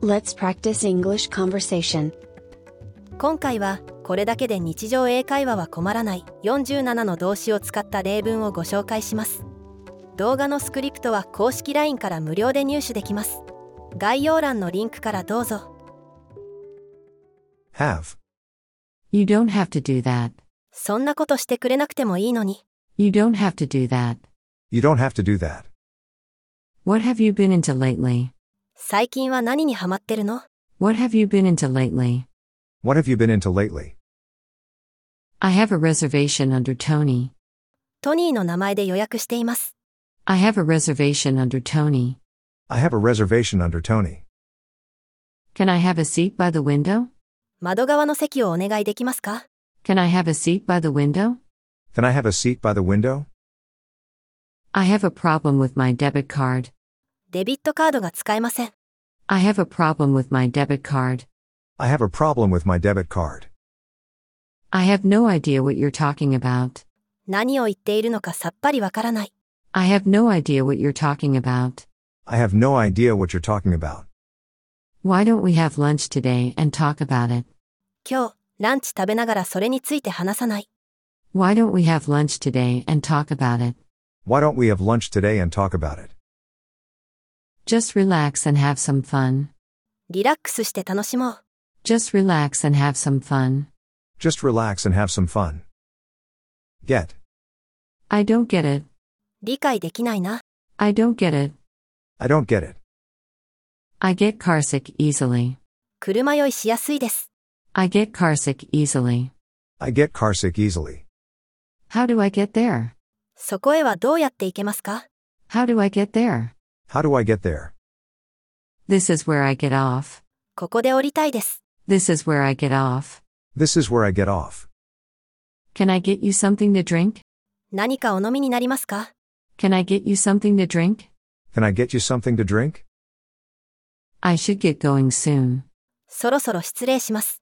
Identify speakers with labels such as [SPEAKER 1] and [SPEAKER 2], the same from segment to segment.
[SPEAKER 1] Let's practice English conversation.
[SPEAKER 2] 今回はこれだけで日常英会話は困らない47の動詞を使った例文をご紹介します動画のスクリプトは公式 LINE から無料で入手できます概要欄のリンクからどうぞ
[SPEAKER 3] Have.
[SPEAKER 4] You don't have to do that.
[SPEAKER 2] そんなことしてくれなくてもいいのに
[SPEAKER 4] You don't have to do that.
[SPEAKER 3] You don't have to do that.
[SPEAKER 4] What have you been into lately?
[SPEAKER 2] 最近は何にハマってるの
[SPEAKER 4] What have you been into lately?
[SPEAKER 3] What have you been into lately?
[SPEAKER 4] I have a reservation under Tony.
[SPEAKER 2] トニーの名前で予約しています
[SPEAKER 4] I have a reservation under Tony.
[SPEAKER 3] I have a reservation under Tony.
[SPEAKER 4] Can I have a seat by the window?
[SPEAKER 2] 窓側の席をお願いできますか
[SPEAKER 4] Can I have a seat by the window?
[SPEAKER 3] Can I have a seat by the window?
[SPEAKER 4] I have a problem with my debit card.
[SPEAKER 2] デビットカードが使えません
[SPEAKER 4] I have a problem with my debit card.
[SPEAKER 3] I have a problem with my debit card.
[SPEAKER 4] I have no idea what you're talking about.
[SPEAKER 2] 何を言っているのかさっぱりわからない
[SPEAKER 4] I have no idea what you're talking about.
[SPEAKER 3] I have no idea what you're talking about.
[SPEAKER 4] Why don't we have lunch today and talk about it?
[SPEAKER 2] 今日ランチ食べながらそれについて話さない
[SPEAKER 4] Why don't we have lunch today and talk about it?
[SPEAKER 3] Why don't we have lunch today and talk about it?
[SPEAKER 4] Just relax and have some fun.
[SPEAKER 2] リラックスして楽しもう
[SPEAKER 4] Just relax and have some fun.
[SPEAKER 3] Just relax and have some fun. Get.
[SPEAKER 4] I don't get it.
[SPEAKER 2] 理解できないな
[SPEAKER 4] I don't get it.
[SPEAKER 3] I don't get it.
[SPEAKER 4] I get carsick easily.
[SPEAKER 2] 車酔いしやすいです
[SPEAKER 4] I get carsick easily.
[SPEAKER 3] I get carsick easily.
[SPEAKER 4] How do I get there?
[SPEAKER 2] そこへはどうやって行けますか
[SPEAKER 4] How do I get there?
[SPEAKER 3] How do I get there?
[SPEAKER 4] This is where I get off.
[SPEAKER 2] ここで降りたいです。
[SPEAKER 4] This is where I get off.
[SPEAKER 3] This is where I get off.
[SPEAKER 4] Can I get you something to drink?
[SPEAKER 2] 何かお飲みになりますか
[SPEAKER 4] Can I get you something to drink?
[SPEAKER 3] Can I get you something to drink?
[SPEAKER 4] I should get going soon.
[SPEAKER 2] そろそろ失礼します。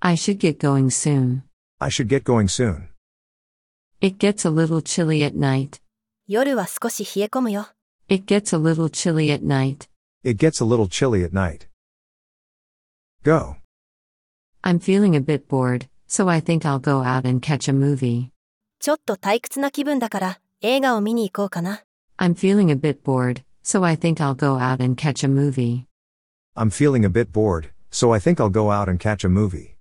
[SPEAKER 4] I should get going soon.
[SPEAKER 3] I should get going soon.
[SPEAKER 4] It gets a little chilly at night.
[SPEAKER 2] 夜は少し冷え込むよ。
[SPEAKER 4] It gets a little chilly at night.
[SPEAKER 3] It gets a little chilly at night. Go.
[SPEAKER 4] I'm feeling a bit bored, so I think I'll go out and catch a movie.
[SPEAKER 2] ちょっと退屈な気分だから、映画を見に行こうかな。
[SPEAKER 4] I'm feeling a bit bored, so I think I'll go out and catch a movie.
[SPEAKER 3] I'm feeling a bit bored, so I think I'll go out and catch a movie.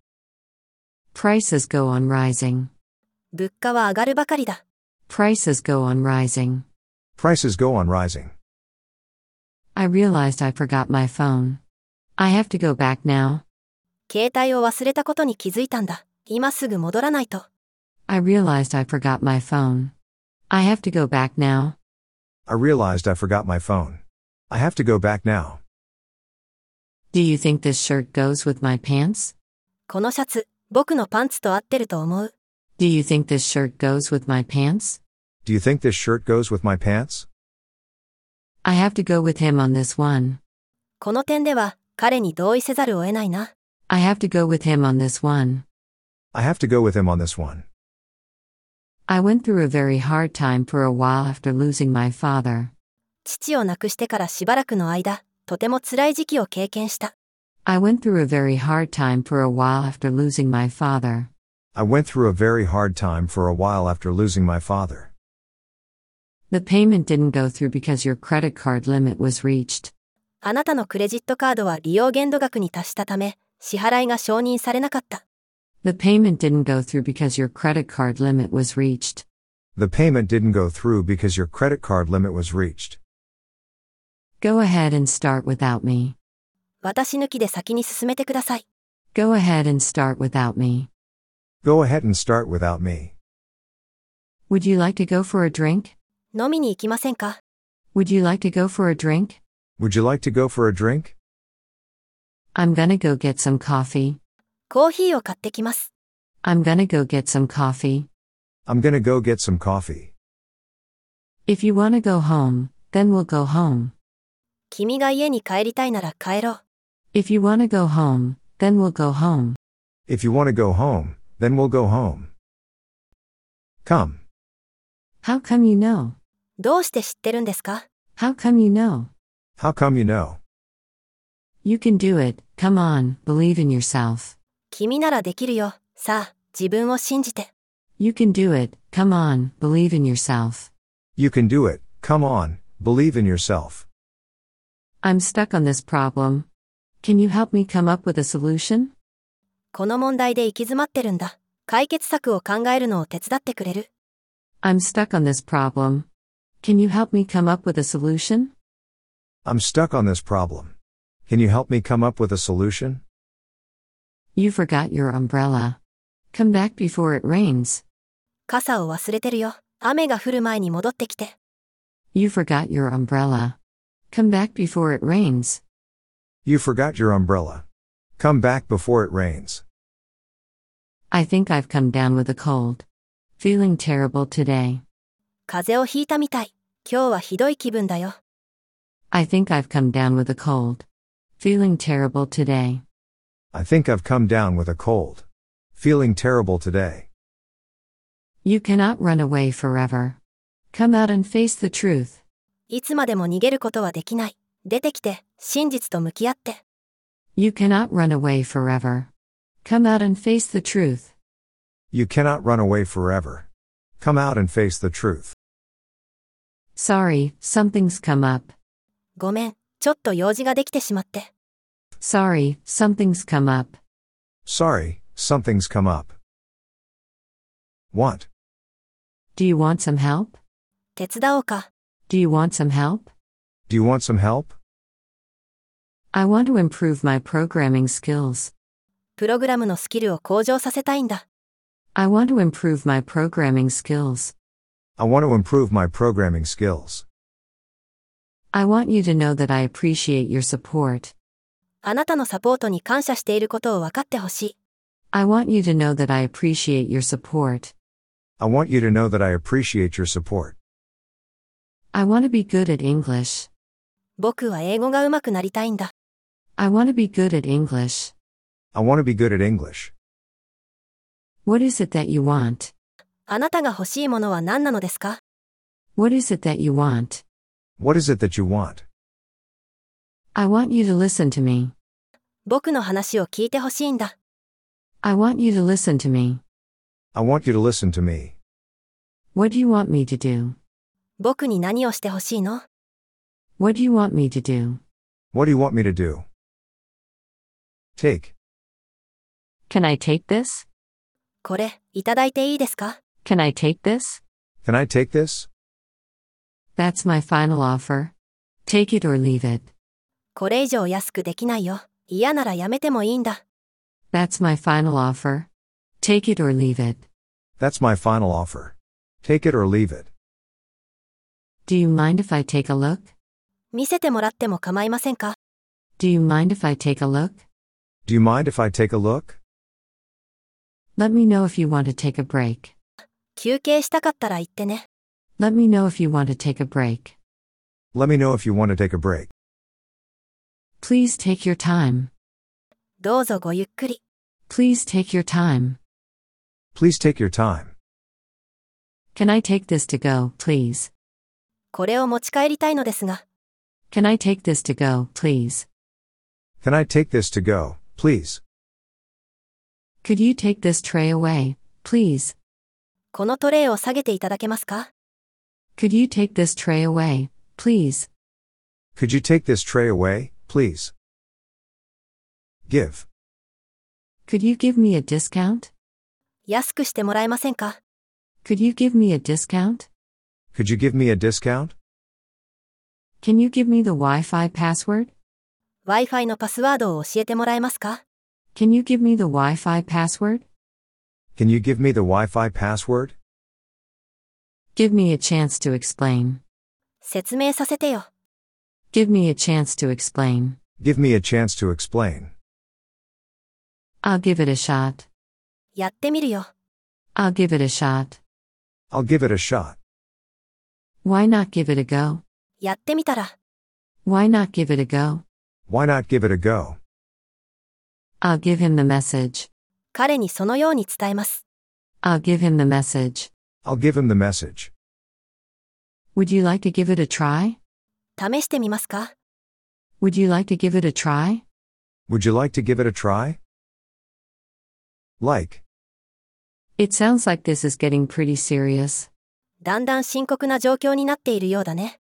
[SPEAKER 4] Prices go on rising.
[SPEAKER 2] 物価は上がるばかりだ。
[SPEAKER 4] Prices go on rising.
[SPEAKER 3] Prices go on rising.
[SPEAKER 4] I realized I forgot my phone. I have to go back now.
[SPEAKER 2] 携帯を忘れたことに気づいたんだ。今すぐ戻らないと。
[SPEAKER 4] I realized I forgot my phone. I have to go back now.
[SPEAKER 3] I realized I forgot my phone. I have to go back now.
[SPEAKER 4] Do you think this shirt goes with my pants?
[SPEAKER 2] このシャツ、僕のパンツと合ってると思う。
[SPEAKER 4] Do you think this shirt goes with my pants?
[SPEAKER 3] Do you think this shirt goes with my pants?
[SPEAKER 4] I have to go with him on this one.
[SPEAKER 2] この点では、彼に同意せざるを得ないな。
[SPEAKER 4] I have to go with him on this one.
[SPEAKER 3] I have to go with him on this one.
[SPEAKER 4] I went through a very hard time for a while after losing my father.
[SPEAKER 2] 父を亡くしてからしばらくの間、とても辛い時期を経験した。
[SPEAKER 4] I went through a very hard time for a while after losing my father.
[SPEAKER 3] I went through a very hard time for a while after losing my father.
[SPEAKER 4] The payment didn't go through because your credit card limit was reached.
[SPEAKER 2] あなたのクレジットカードは利用限度額に達したため、支払いが承認されなかった。
[SPEAKER 4] The payment didn't go through because your credit card limit was reached.
[SPEAKER 3] The payment didn't go through because your credit card limit was reached.
[SPEAKER 4] Go ahead and start without me.
[SPEAKER 2] 私抜きで先に進めてください。
[SPEAKER 4] Go ahead and start without me.
[SPEAKER 3] Go ahead and start without me.
[SPEAKER 4] Would you like to go for a drink?
[SPEAKER 2] 飲みに行きませんか
[SPEAKER 4] Would you like to go for a drink?
[SPEAKER 3] Would you like to go for a drink?
[SPEAKER 4] I'm gonna go get some coffee.
[SPEAKER 2] コーヒーを買ってきます。
[SPEAKER 4] I'm gonna go get some coffee.
[SPEAKER 3] I'm gonna go get some coffee.
[SPEAKER 4] If you wanna go home, then we'll go home.
[SPEAKER 2] 君が家に帰りたいなら帰ろう。
[SPEAKER 4] If you wanna go home, then we'll go home.
[SPEAKER 3] If you want to go home, then we'll go home. Come.
[SPEAKER 4] How come you know?
[SPEAKER 2] どうして知ってるんですか
[SPEAKER 4] How come you know?
[SPEAKER 3] How come you know?
[SPEAKER 4] You can do it, come on, believe in yourself.
[SPEAKER 2] 君ならできるよ。さあ、自分を信じて。
[SPEAKER 4] You can do it, come on, believe in yourself.
[SPEAKER 3] You can do it, come on, believe in yourself.
[SPEAKER 4] I'm stuck on this problem. Can you help me come up with a solution?
[SPEAKER 2] この問題で行き詰まってるんだ。解決策を考えるのを手伝ってくれる
[SPEAKER 4] I'm stuck on this problem. Can you help me come up with a solution?
[SPEAKER 3] I'm stuck on this problem. Can you help me come up with a solution?
[SPEAKER 4] You forgot your umbrella. Come back before it rains.
[SPEAKER 2] 傘を忘れてるよ。雨が降る前に戻ってきて。
[SPEAKER 4] You forgot your umbrella. Come back before it rains.
[SPEAKER 3] You forgot your umbrella. Come back before it rains.
[SPEAKER 4] I think I've come down with a cold. Feeling terrible today.
[SPEAKER 2] 風邪をひいたみたい。今日はひどい気分だよ。
[SPEAKER 4] I think I've come down with a cold. Feeling terrible today.
[SPEAKER 3] I think I've come down with a cold. Feeling terrible today.
[SPEAKER 4] You cannot run away forever. Come out and face the truth.
[SPEAKER 2] いつまでも逃げることはできない。出てきて、真実と向き合って。
[SPEAKER 4] You cannot run away forever. Come out and face the truth.
[SPEAKER 3] You cannot run away forever. Come out and face the truth.
[SPEAKER 4] Sorry, something's come up.
[SPEAKER 2] ごめん、ちょっと用事ができてしまって。
[SPEAKER 4] Sorry, something's come up.
[SPEAKER 3] Sorry, something's come up. Want.
[SPEAKER 4] Do you want some help?
[SPEAKER 2] 手伝おうか。
[SPEAKER 4] Do you want some help?
[SPEAKER 3] Do you want some help?
[SPEAKER 4] I want to improve my programming skills.
[SPEAKER 2] プログラムのスキルを向上させたいんだ。
[SPEAKER 4] I want to improve my programming skills.
[SPEAKER 3] I want to improve my programming skills.
[SPEAKER 4] I want you to know that I appreciate your support.
[SPEAKER 2] あなたのサポートに感謝していることを分かってほしい。
[SPEAKER 4] I want you to know that I appreciate your support.
[SPEAKER 3] I want you to know that I appreciate your support.
[SPEAKER 4] I want to be good at English.
[SPEAKER 2] 僕は英語が上手くなりたいんだ。
[SPEAKER 4] I want to be good at English.
[SPEAKER 3] I want to be good at English.
[SPEAKER 4] What is it that you want?
[SPEAKER 2] あなたが欲しいものは何なのですか
[SPEAKER 4] What is it that you want?
[SPEAKER 3] What is it that you want?
[SPEAKER 4] I want you to listen to me.
[SPEAKER 2] 僕の話を聞いてほしいんだ。
[SPEAKER 4] I want you to listen to me.
[SPEAKER 3] I want you to listen to me.
[SPEAKER 4] What do you want me to do?
[SPEAKER 2] 僕に何をしてほしいの
[SPEAKER 4] What do you want me to do?
[SPEAKER 3] What do you want me to do? Take.
[SPEAKER 4] Can I take this?
[SPEAKER 2] これ、いただいていいですか
[SPEAKER 4] Can I take this?
[SPEAKER 3] Can I take this?
[SPEAKER 4] That's my final offer. Take it or leave it.
[SPEAKER 2] これ以上安くできないよ。嫌ならやめてもいいんだ。
[SPEAKER 4] That's my final offer. Take it or leave it.
[SPEAKER 3] That's my final offer. Take it or leave it.
[SPEAKER 4] Do you mind if I take a look?
[SPEAKER 2] 見せてもらっても構いませんか
[SPEAKER 4] Do you mind if I take a look?
[SPEAKER 3] Do you mind if I take a look?
[SPEAKER 4] Let me know if you want to take a break.
[SPEAKER 2] 休憩したかったら言ってね。
[SPEAKER 4] Let me know if you want to take a break.
[SPEAKER 3] Let me know if you want to take a break.
[SPEAKER 4] Please take your time.
[SPEAKER 2] どうぞごゆっくり。
[SPEAKER 4] Please take your time.
[SPEAKER 3] Please take your time.
[SPEAKER 4] Can I take this to go, please?
[SPEAKER 2] これを持ち帰りたいのですが、
[SPEAKER 4] Can I take this to go, please?
[SPEAKER 3] Can I take this to go, please?
[SPEAKER 4] Could you take this tray away, please?
[SPEAKER 2] このトレイを下げていただけますか
[SPEAKER 4] Could you take this tray away, please?
[SPEAKER 3] Could you take this tray away, please? Give.
[SPEAKER 4] Could you give me a discount?
[SPEAKER 2] 安くしてもらえませんか
[SPEAKER 4] Could you give me a discount?
[SPEAKER 3] Could you give me a discount?
[SPEAKER 4] Can you give me the Wi Fi password?
[SPEAKER 2] ?Wi-Fi のパスワードを教えてもらえますか
[SPEAKER 4] Can you give me the Wi Fi password?
[SPEAKER 3] Can you give me the Wi Fi password?
[SPEAKER 4] Give me a chance to explain.
[SPEAKER 2] 説明させてよ。
[SPEAKER 4] Give me a chance to explain.
[SPEAKER 3] Give me a chance to explain.
[SPEAKER 4] I'll give it a shot.
[SPEAKER 2] やってみるよ。
[SPEAKER 4] I'll give it a shot.
[SPEAKER 3] I'll give it a shot.
[SPEAKER 4] Why not give it a go?
[SPEAKER 2] やってみたら、
[SPEAKER 4] Why not give it a go?
[SPEAKER 3] Why not give it a go?
[SPEAKER 4] I'll give him the message.
[SPEAKER 2] 彼にそのように伝えます。
[SPEAKER 4] I'll give him the message.
[SPEAKER 3] I'll give him the message.
[SPEAKER 4] Would you like to give it a try?
[SPEAKER 2] 試してみますか
[SPEAKER 4] Would you like to give it a try?
[SPEAKER 3] Would you like to give it a try? Like.
[SPEAKER 4] It sounds like this is getting pretty serious.
[SPEAKER 2] だんだん深刻な状況になっているようだね。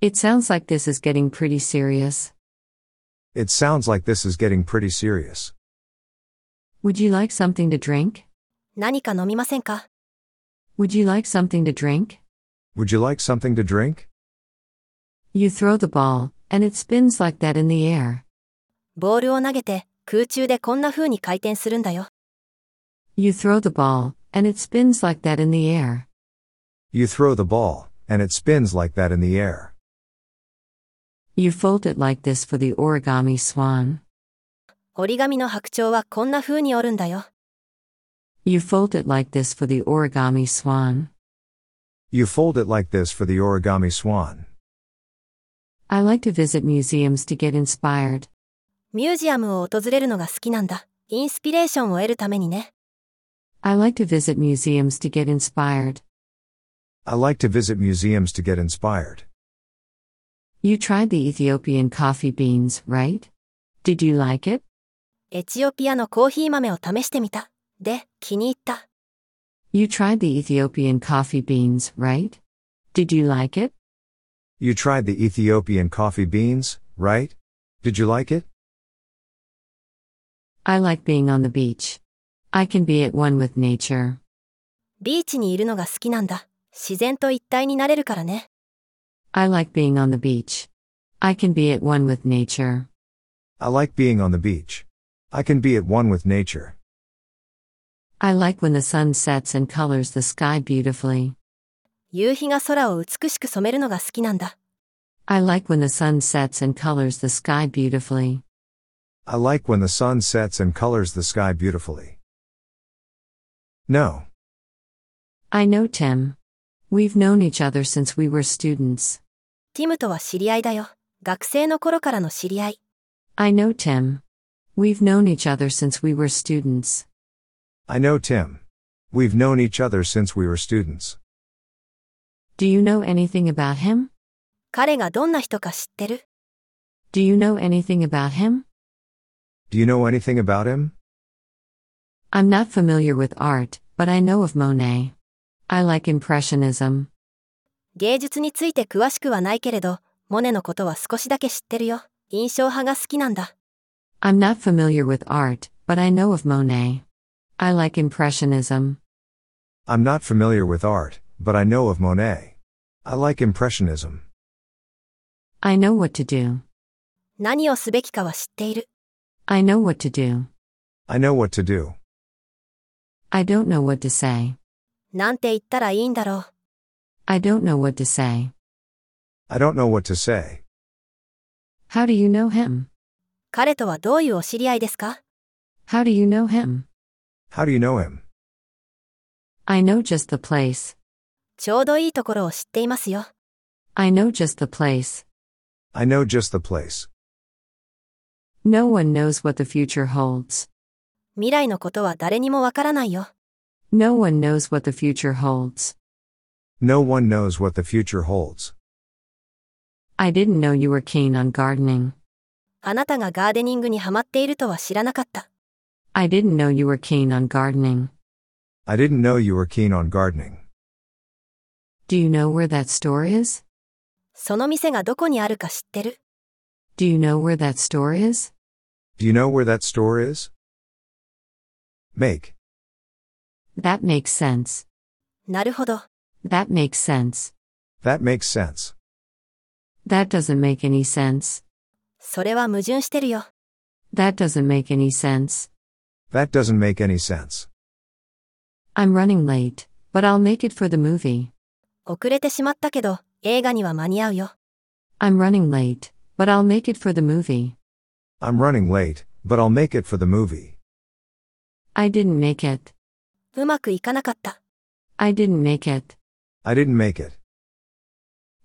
[SPEAKER 4] It sounds like this is getting pretty serious.
[SPEAKER 3] It sounds like this is getting pretty serious.
[SPEAKER 4] Would you like something to drink?
[SPEAKER 2] 何か飲みませんか
[SPEAKER 4] Would you like something to drink?
[SPEAKER 3] Would you like something to drink?
[SPEAKER 4] You throw the ball, and it spins like that in the air.
[SPEAKER 2] ボールを投げて、空中でこんな風に回転するんだよ。
[SPEAKER 4] You throw the ball, and it spins like that in the air.
[SPEAKER 3] You throw the ball, and it spins like that in the air.
[SPEAKER 4] You fold it like this for the origami swan.
[SPEAKER 2] 折り紙の白鳥はこんな風に折るんだよ。
[SPEAKER 4] You fold it like this for the origami swan.
[SPEAKER 3] You fold it like this for the origami swan.
[SPEAKER 4] I like to visit museums to get inspired.
[SPEAKER 2] ミュージアムを訪れるのが好きなんだ。インスピレーションを得るためにね。
[SPEAKER 4] I like to visit museums to get inspired.
[SPEAKER 3] I like to visit museums to get inspired.
[SPEAKER 4] You tried the Ethiopian coffee beans, right? Did you like it?
[SPEAKER 2] エチオピアのコーヒー豆を試してみた。で、気に入った。
[SPEAKER 4] You tried the Ethiopian coffee beans, right? Did you like it?
[SPEAKER 3] You tried the Ethiopian coffee beans, right? Did you like it?
[SPEAKER 4] I like being on the beach. I can be at one with nature.
[SPEAKER 2] ビーチにいるのが好きなんだ。自然と一体になれるからね。
[SPEAKER 4] I like being on the beach. I can be at one with nature.
[SPEAKER 3] I like being on the beach. I can be at one with nature.
[SPEAKER 4] I like when the sun sets and colors the sky beautifully.
[SPEAKER 2] 夕日が空を美しく染めるのが好きなんだ。
[SPEAKER 4] I like when the sun sets and colors the sky beautifully.
[SPEAKER 3] I like when the sun sets and colors the sky beautifully. No.
[SPEAKER 4] I know Tim. We've known each other since we were students.
[SPEAKER 2] ティムとは知り合いだよ。学生の頃からの知り合い。
[SPEAKER 4] I know Tim. We've known each other since we were students.
[SPEAKER 3] I know Tim. We've known each other since we were students.
[SPEAKER 4] Do you know anything about him?
[SPEAKER 2] 彼がどんな人か知ってる
[SPEAKER 4] Do you know anything about him?
[SPEAKER 3] Do you know anything about him?
[SPEAKER 4] I'm not familiar with art, but I know of Monet. I like Impressionism.
[SPEAKER 2] 芸術について詳しくはないけれど、モネのことは少しだけ知ってるよ。印象派が好きなんだ。
[SPEAKER 4] I'm not familiar with art, but I know of Monet. I like Impressionism.
[SPEAKER 3] I'm not familiar with art, but I know of Monet. I like Impressionism.
[SPEAKER 4] I know what to do.
[SPEAKER 2] 何をすべきかは知っている。
[SPEAKER 4] I know what to do.
[SPEAKER 3] I know what to do.
[SPEAKER 4] I don't know what to say.
[SPEAKER 2] なんて言ったらいいんだろう。
[SPEAKER 4] I don't know what to say.
[SPEAKER 3] I don't know what to say.
[SPEAKER 4] How do you know him?
[SPEAKER 2] 彼とはどういうお知り合いですか
[SPEAKER 4] How do you know him?
[SPEAKER 3] How do you know him?
[SPEAKER 4] I know just the place.
[SPEAKER 2] ちょうどいいところを知っていますよ。
[SPEAKER 4] I know just the place.
[SPEAKER 3] I know just the place.
[SPEAKER 4] No one knows what the future holds.
[SPEAKER 2] 未来のことは誰にもわからないよ。
[SPEAKER 4] No one knows what the future holds.
[SPEAKER 3] No one knows what the future holds.
[SPEAKER 4] I didn't know you were keen on gardening.
[SPEAKER 2] あなたがガーデニングにハマっているとは知らなかった。
[SPEAKER 4] I didn't know you were keen on gardening.
[SPEAKER 3] I didn't know you were keen on gardening.
[SPEAKER 4] Do you know where that store is?
[SPEAKER 2] その店がどこにあるか知ってる
[SPEAKER 4] Do you know where that store is?
[SPEAKER 3] Do you know where that store is? Make.
[SPEAKER 4] That makes sense.
[SPEAKER 2] なるほど。
[SPEAKER 4] That makes sense.
[SPEAKER 3] That makes sense.
[SPEAKER 4] That doesn't make any sense.
[SPEAKER 2] それは矛盾してるよ。
[SPEAKER 4] That doesn't make any sense.
[SPEAKER 3] That doesn't make any sense.
[SPEAKER 4] I'm running late, but I'll make it for the movie.
[SPEAKER 2] 遅れてしまったけど、映画には間に合うよ。
[SPEAKER 4] I'm running late, but I'll make it for the movie.
[SPEAKER 3] I'm running late, but I'll make it for the movie.
[SPEAKER 4] I didn't make it.
[SPEAKER 2] うまくいかなかった。
[SPEAKER 4] I didn't make it.
[SPEAKER 3] I didn't make it.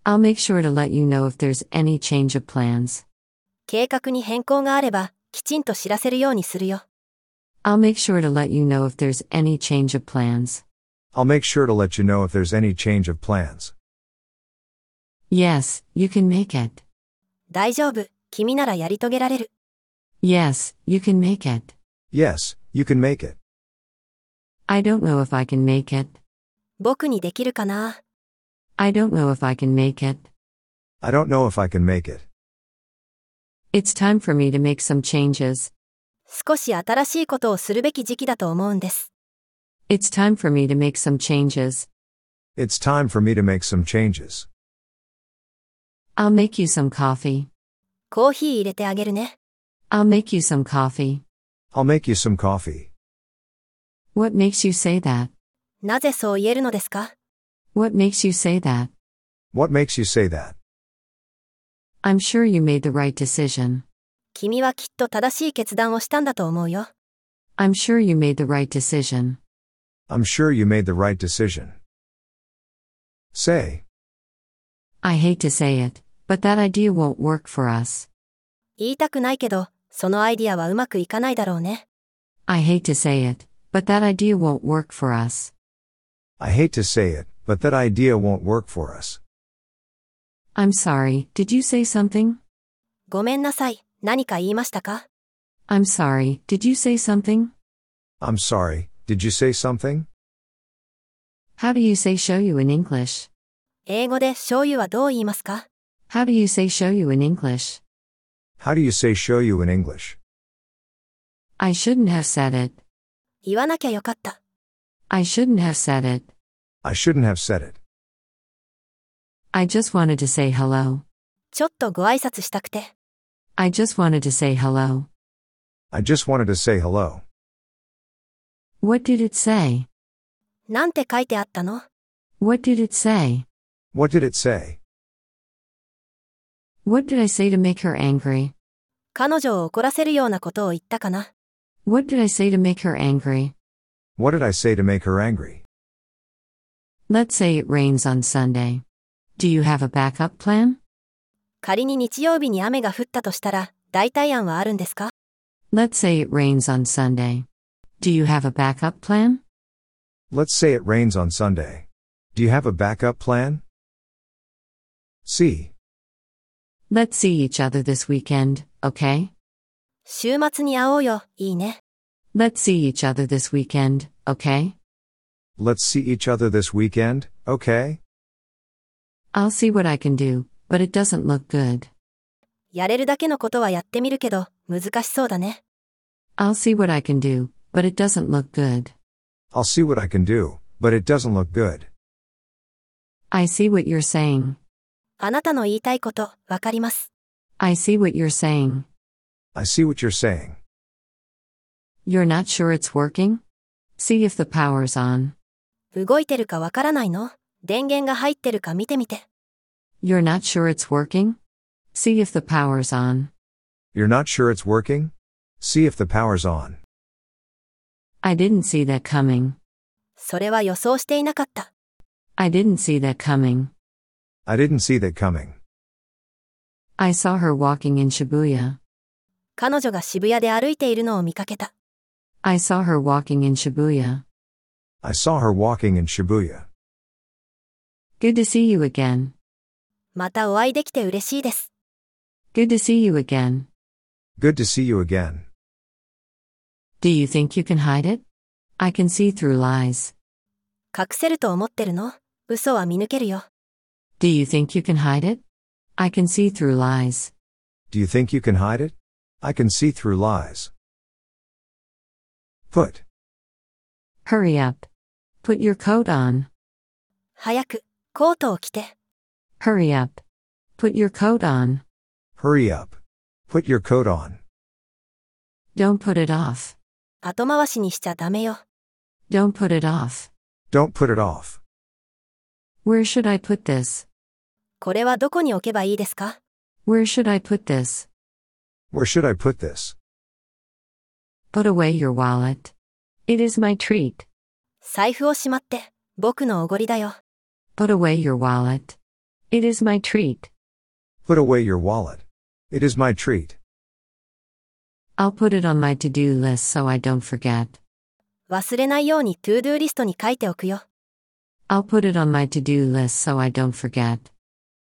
[SPEAKER 4] I'll make sure to let you know if there's any change of plans.
[SPEAKER 2] 計画に変更があれば、きちんと知らせるようにするよ。
[SPEAKER 4] I'll make sure to let you know if there's any change of plans.
[SPEAKER 3] I'll make sure to let you know if there's any change of plans.
[SPEAKER 4] Yes, you can make it.
[SPEAKER 2] 大丈夫。君ならやり遂げられる。
[SPEAKER 4] Yes, you can make it.
[SPEAKER 3] Yes, you can make it.
[SPEAKER 4] I don't know if I can make it.
[SPEAKER 2] 僕にできるかな
[SPEAKER 4] I don't know if I can make it.
[SPEAKER 3] I don't know if I can make it.
[SPEAKER 4] It's time for me to make some changes.
[SPEAKER 2] 少し新しいことをするべき時期だと思うんです。
[SPEAKER 4] It's time for me to make some changes.
[SPEAKER 3] It's time for me to make some changes.
[SPEAKER 4] I'll make you some coffee.
[SPEAKER 2] コーヒー入れてあげるね。
[SPEAKER 4] I'll make you some coffee.
[SPEAKER 3] I'll make you some coffee.
[SPEAKER 4] What makes you say that?
[SPEAKER 2] なぜそう言えるのですか
[SPEAKER 4] What makes you say that?
[SPEAKER 3] What makes you say that?
[SPEAKER 4] I'm sure you made the right decision.
[SPEAKER 2] 君はきっと正しい決断をしたんだと思うよ。
[SPEAKER 4] I'm sure you made the right decision.
[SPEAKER 3] I'm sure you made the right decision. Say,
[SPEAKER 4] I hate to say it, but that idea won't work for us.
[SPEAKER 2] 言いたくないけど、そのアイディアはうまくいかないだろうね。
[SPEAKER 4] I hate to say it, but that idea won't work for us.
[SPEAKER 3] I hate to say it, but that idea won't work for us.
[SPEAKER 4] I'm sorry, did you say something?
[SPEAKER 2] ごめんなさい。何か言いましたか
[SPEAKER 4] I'm sorry, did you say something?
[SPEAKER 3] I'm sorry, did you say something?
[SPEAKER 4] How do you say show you in English?
[SPEAKER 2] 英語で醤油はどう言いますか
[SPEAKER 4] How do you say show you in English?
[SPEAKER 3] How do you say show you in English?
[SPEAKER 4] I shouldn't have said it.
[SPEAKER 2] 言わなきゃよかった。
[SPEAKER 4] I shouldn't have said it.
[SPEAKER 3] I shouldn't have said it.
[SPEAKER 4] I just wanted to say hello.
[SPEAKER 2] ちょっとご挨拶したくて。
[SPEAKER 4] I just wanted to say hello.
[SPEAKER 3] I just wanted to say hello.
[SPEAKER 4] What did it say?
[SPEAKER 2] なんて書いてあったの
[SPEAKER 4] What did it say?
[SPEAKER 3] What did it say?
[SPEAKER 4] What did I say to make her angry?
[SPEAKER 2] 彼女を怒らせるようなことを言ったかな
[SPEAKER 4] What did I say to make her angry?
[SPEAKER 3] What did I say to make her angry?
[SPEAKER 4] Let's say it rains on Sunday. Do you have a backup plan?
[SPEAKER 2] 仮に日曜日に雨が降ったとしたら、代替案はあるんですか
[SPEAKER 4] Let's say it rains on Sunday. Do you have a backup plan?
[SPEAKER 3] Let's say it rains on Sunday. Do you have a backup plan? C.
[SPEAKER 4] Let's see each other this weekend, okay?
[SPEAKER 2] 週末に会おうよ、いいね。
[SPEAKER 4] Let's see each other this weekend, okay?
[SPEAKER 3] Let's see each other this weekend, okay?
[SPEAKER 4] I'll see what I can do, but it doesn't look good.
[SPEAKER 2] やれるだけのことはやってみるけど、難しそうだね。
[SPEAKER 4] I'll see what I can do, but it doesn't look good.
[SPEAKER 3] I'll see what I can do, but it doesn't look good.
[SPEAKER 4] I see what you're saying.
[SPEAKER 2] あなたの言いたいこと、わかります。
[SPEAKER 4] I see what you're saying.
[SPEAKER 3] I see what you're saying.
[SPEAKER 4] You're not sure it's working? See if the power's on.
[SPEAKER 2] 動いてるかわからないの電源が入ってるか見てみて。
[SPEAKER 4] You're not sure it's working? See if the power's on.
[SPEAKER 3] You're not sure it's working? See if the power's on.
[SPEAKER 4] I didn't see that coming.
[SPEAKER 2] それは予想していなかった。
[SPEAKER 4] I didn't see that coming.
[SPEAKER 3] I didn't see that coming.
[SPEAKER 4] I saw her walking in Shibuya.
[SPEAKER 2] 彼女が渋谷で歩いているのを見かけた。
[SPEAKER 4] I saw her walking in Shibuya.
[SPEAKER 3] I saw her walking in Shibuya.
[SPEAKER 4] Good to see you again.
[SPEAKER 2] またお会いできて嬉しいです。
[SPEAKER 4] Good to see you again.
[SPEAKER 3] Good to see you again.
[SPEAKER 4] Do you think you can hide it? I can see through lies.
[SPEAKER 2] 隠せると思ってるの嘘は見抜けるよ。
[SPEAKER 4] Do you think you can hide it? I can see through lies.
[SPEAKER 3] Do you think you can hide it? I can see through lies. Put.
[SPEAKER 4] Hurry up. Put your coat on.
[SPEAKER 2] 早く、コートを着て。
[SPEAKER 4] Hurry up. Put your coat on.
[SPEAKER 3] Hurry up. Put your coat on.
[SPEAKER 4] Don't put it off.
[SPEAKER 2] 後回しにしちゃダメよ。
[SPEAKER 4] Don't put it off.
[SPEAKER 3] Don't put it off.
[SPEAKER 4] Where should I put this?
[SPEAKER 2] これはどこに置けばいいですか
[SPEAKER 4] Where should I put this?
[SPEAKER 3] Where should I put this?
[SPEAKER 4] Put away your wallet. It is my treat.
[SPEAKER 2] 財布をしまって、僕のおごりだよ。
[SPEAKER 4] Put away your wallet. It is my treat.
[SPEAKER 3] Put away your wallet. It is my treat.
[SPEAKER 4] I'll put it on my to do list so I don't forget.
[SPEAKER 2] 忘れないようにトゥードゥーリストに書いておくよ。
[SPEAKER 4] I'll put it on my to do list so I don't forget.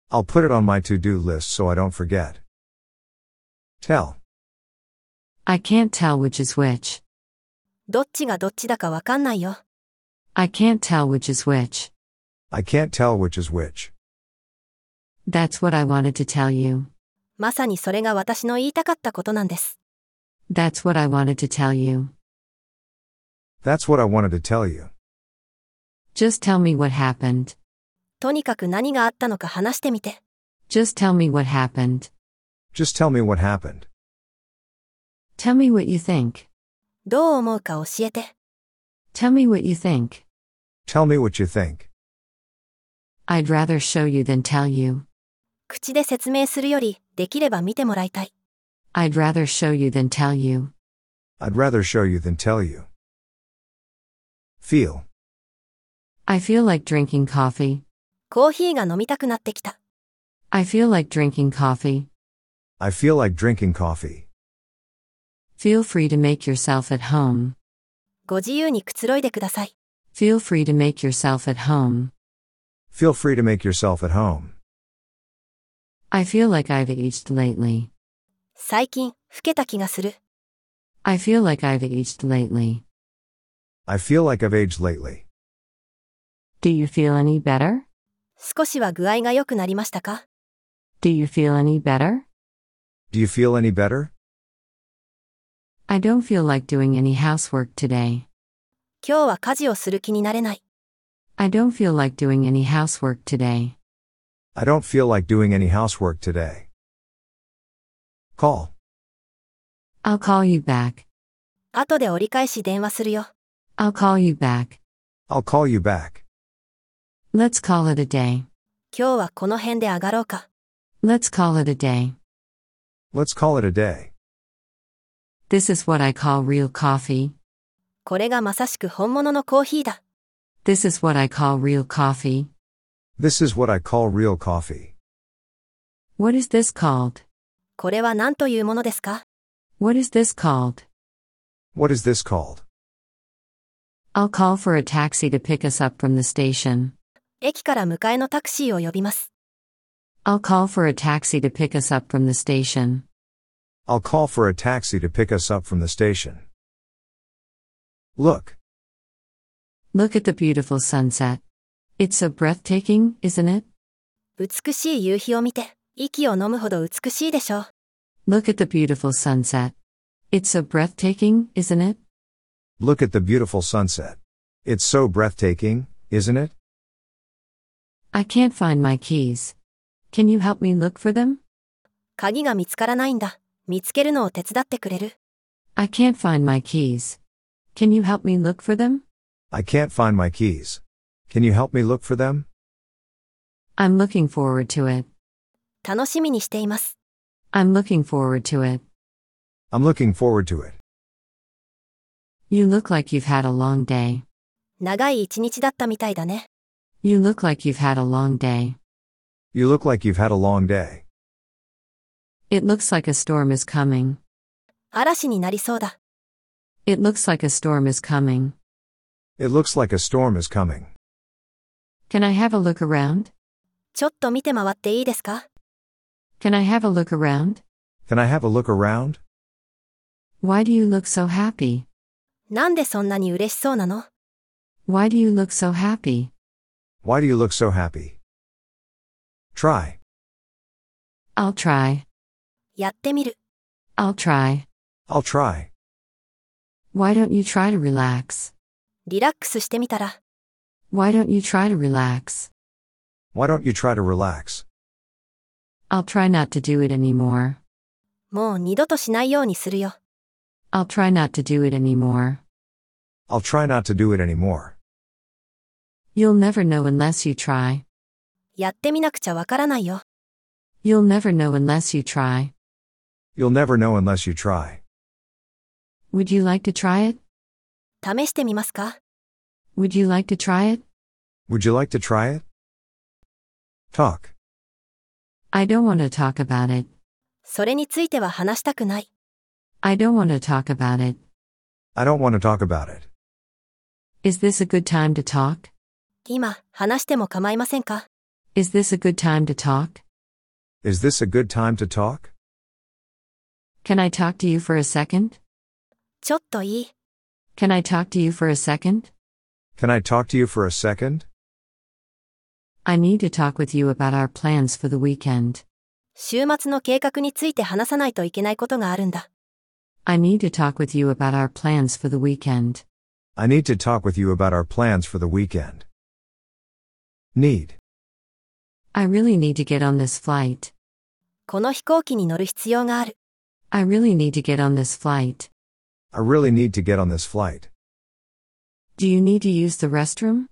[SPEAKER 3] I'll put it on my to do list so I don't forget. Tell.
[SPEAKER 4] I can't tell which is which.
[SPEAKER 2] どっちがどっちだかわかんないよ。
[SPEAKER 4] I can't tell which is which.
[SPEAKER 3] I can't tell which is which.
[SPEAKER 4] That's what I wanted to tell you.
[SPEAKER 2] まさにそれが私の言いたかったことなんです。
[SPEAKER 4] That's what I wanted to tell you.
[SPEAKER 3] That's what I wanted to tell you.
[SPEAKER 4] Just tell me what happened.
[SPEAKER 2] とにかく何があったのか話してみて。
[SPEAKER 4] Just tell me what happened.
[SPEAKER 3] Just tell me what happened.
[SPEAKER 4] Tell me what you think.
[SPEAKER 2] どう思うか教えて。
[SPEAKER 4] Tell me what you think.
[SPEAKER 3] Tell me what you think.
[SPEAKER 4] I'd rather show you than tell you.
[SPEAKER 2] 口で説明するより、できれば見てもらいたい。
[SPEAKER 4] I'd rather show you than tell you.
[SPEAKER 3] I'd rather show you than tell you. Feel.
[SPEAKER 4] I feel like drinking coffee.
[SPEAKER 2] コーヒーが飲みたくなってきた。
[SPEAKER 4] I feel like drinking coffee.
[SPEAKER 3] I feel like drinking coffee.
[SPEAKER 4] Feel free to make yourself at home.
[SPEAKER 2] ご自由にくつろいでください。
[SPEAKER 4] Feel free to make yourself at home.
[SPEAKER 3] Feel free to make yourself at home.
[SPEAKER 4] I feel like I've aged lately.
[SPEAKER 2] 最近、老けた気がする。
[SPEAKER 4] I feel like I've aged lately.
[SPEAKER 3] I feel like I've aged lately.
[SPEAKER 4] Do you feel any better?
[SPEAKER 2] 少しは具合が良くなりましたか
[SPEAKER 4] Do you feel any better?
[SPEAKER 3] Do you feel any better?
[SPEAKER 4] I don't feel like doing any housework today.
[SPEAKER 2] 今日は家事をする気になれない。
[SPEAKER 4] I don't feel like doing any housework today.
[SPEAKER 3] I don't feel like doing any housework today. Call.
[SPEAKER 4] I'll call you back.
[SPEAKER 2] 後で折り返し電話するよ。
[SPEAKER 4] I'll call you back.
[SPEAKER 3] I'll call you back.
[SPEAKER 4] Let's call it a day.
[SPEAKER 2] 今日はこの辺で上がろうか。
[SPEAKER 4] Let's call it a day.
[SPEAKER 3] Let's call it a day.
[SPEAKER 4] This is what I call real coffee.
[SPEAKER 2] これがまさしく本物のコーヒーだ。
[SPEAKER 4] This is what I call real coffee.
[SPEAKER 3] This is what I call real coffee.
[SPEAKER 4] What is this called?
[SPEAKER 2] これは何というものですか
[SPEAKER 4] What is this called?
[SPEAKER 3] What is this called?
[SPEAKER 4] I'll call for a taxi to pick us up from the station.
[SPEAKER 2] 駅から迎えのタクシーを呼びます。
[SPEAKER 4] I'll call for a taxi to pick us up from the station.
[SPEAKER 3] I'll call for a taxi to pick us up from the station. Look.
[SPEAKER 4] Look at the beautiful sunset. It's so breathtaking, isn't it?
[SPEAKER 2] 美しい夕日を見て、息を飲むほど美しいでしょう。
[SPEAKER 4] Look at the beautiful sunset. It's so breathtaking, isn't it?
[SPEAKER 3] Look at the beautiful sunset. It's so breathtaking, isn't it?
[SPEAKER 4] I can't find my keys. Can you help me look for them?
[SPEAKER 2] 鍵が見つからないんだ。見つけるのを手伝ってくれる。
[SPEAKER 4] I can't find my keys. Can you help me look for them?
[SPEAKER 3] I can't find my keys. Can you help me look for them?
[SPEAKER 4] I'm looking forward to it.
[SPEAKER 2] 楽しみにしています。
[SPEAKER 4] I'm looking forward to it.
[SPEAKER 3] I'm looking forward to it.
[SPEAKER 4] You look like you've had a long day.
[SPEAKER 2] 長い一日だったみたいだね。
[SPEAKER 4] You look like you've had a long day.
[SPEAKER 3] You look like you've had a long day.
[SPEAKER 4] It looks like a storm is coming.
[SPEAKER 2] 嵐になりそうだ。
[SPEAKER 4] It looks like a storm is coming.
[SPEAKER 3] It looks like a storm is coming.
[SPEAKER 4] Can I have a look around?
[SPEAKER 2] ちょっと見て回っていいですか
[SPEAKER 4] Can I have a look around?
[SPEAKER 3] Can I have a look around?
[SPEAKER 4] Why do you look so happy?
[SPEAKER 2] なんでそんなに嬉しそうなの
[SPEAKER 4] Why do you look so happy?
[SPEAKER 3] Why do you look so happy? Try.
[SPEAKER 4] I'll try.
[SPEAKER 2] やってみる。
[SPEAKER 4] I'll try.
[SPEAKER 3] I'll try.
[SPEAKER 4] Why don't you try to relax?
[SPEAKER 2] リラックスしてみたら、
[SPEAKER 4] Why don't you try to relax?
[SPEAKER 3] Why don't you try to relax?
[SPEAKER 4] I'll try not to do it anymore.
[SPEAKER 2] もう二度としないようにするよ。
[SPEAKER 4] I'll try not to do it anymore.
[SPEAKER 3] I'll try not to do it anymore.
[SPEAKER 4] You'll never know unless you try.
[SPEAKER 2] やってみなくちゃわからないよ。
[SPEAKER 4] You'll never know unless you try.
[SPEAKER 3] You'll never know unless you try.
[SPEAKER 4] Would you like to try it?
[SPEAKER 2] 試してみますか
[SPEAKER 4] Would you like to try it?
[SPEAKER 3] Would you like to try it? Talk.
[SPEAKER 4] I don't want to talk about it.
[SPEAKER 2] それについては話したくない。
[SPEAKER 4] I don't want to talk about it.
[SPEAKER 3] I don't want to talk about it.
[SPEAKER 4] Is this a good time to talk?
[SPEAKER 2] 今、話しても構いませんか
[SPEAKER 4] Is this a good time to talk?
[SPEAKER 3] Is this a good time to talk?
[SPEAKER 4] Can I talk to you for a second?
[SPEAKER 2] ちょっといい
[SPEAKER 4] Can I talk to you for a second?
[SPEAKER 3] Can I talk to you for a second?
[SPEAKER 4] I need to talk with you about our plans for the weekend.
[SPEAKER 2] 週末の計画について話さないといけないことがあるんだ。
[SPEAKER 4] I need to talk with you about our plans for the weekend.
[SPEAKER 3] I need to talk with you about our plans for the weekend. Need.
[SPEAKER 4] I really need to get on this flight.
[SPEAKER 2] この飛行機に乗る必要がある。
[SPEAKER 4] I really need to get on this flight.
[SPEAKER 3] I really need to get on this flight.
[SPEAKER 4] Do you need to use the restroom?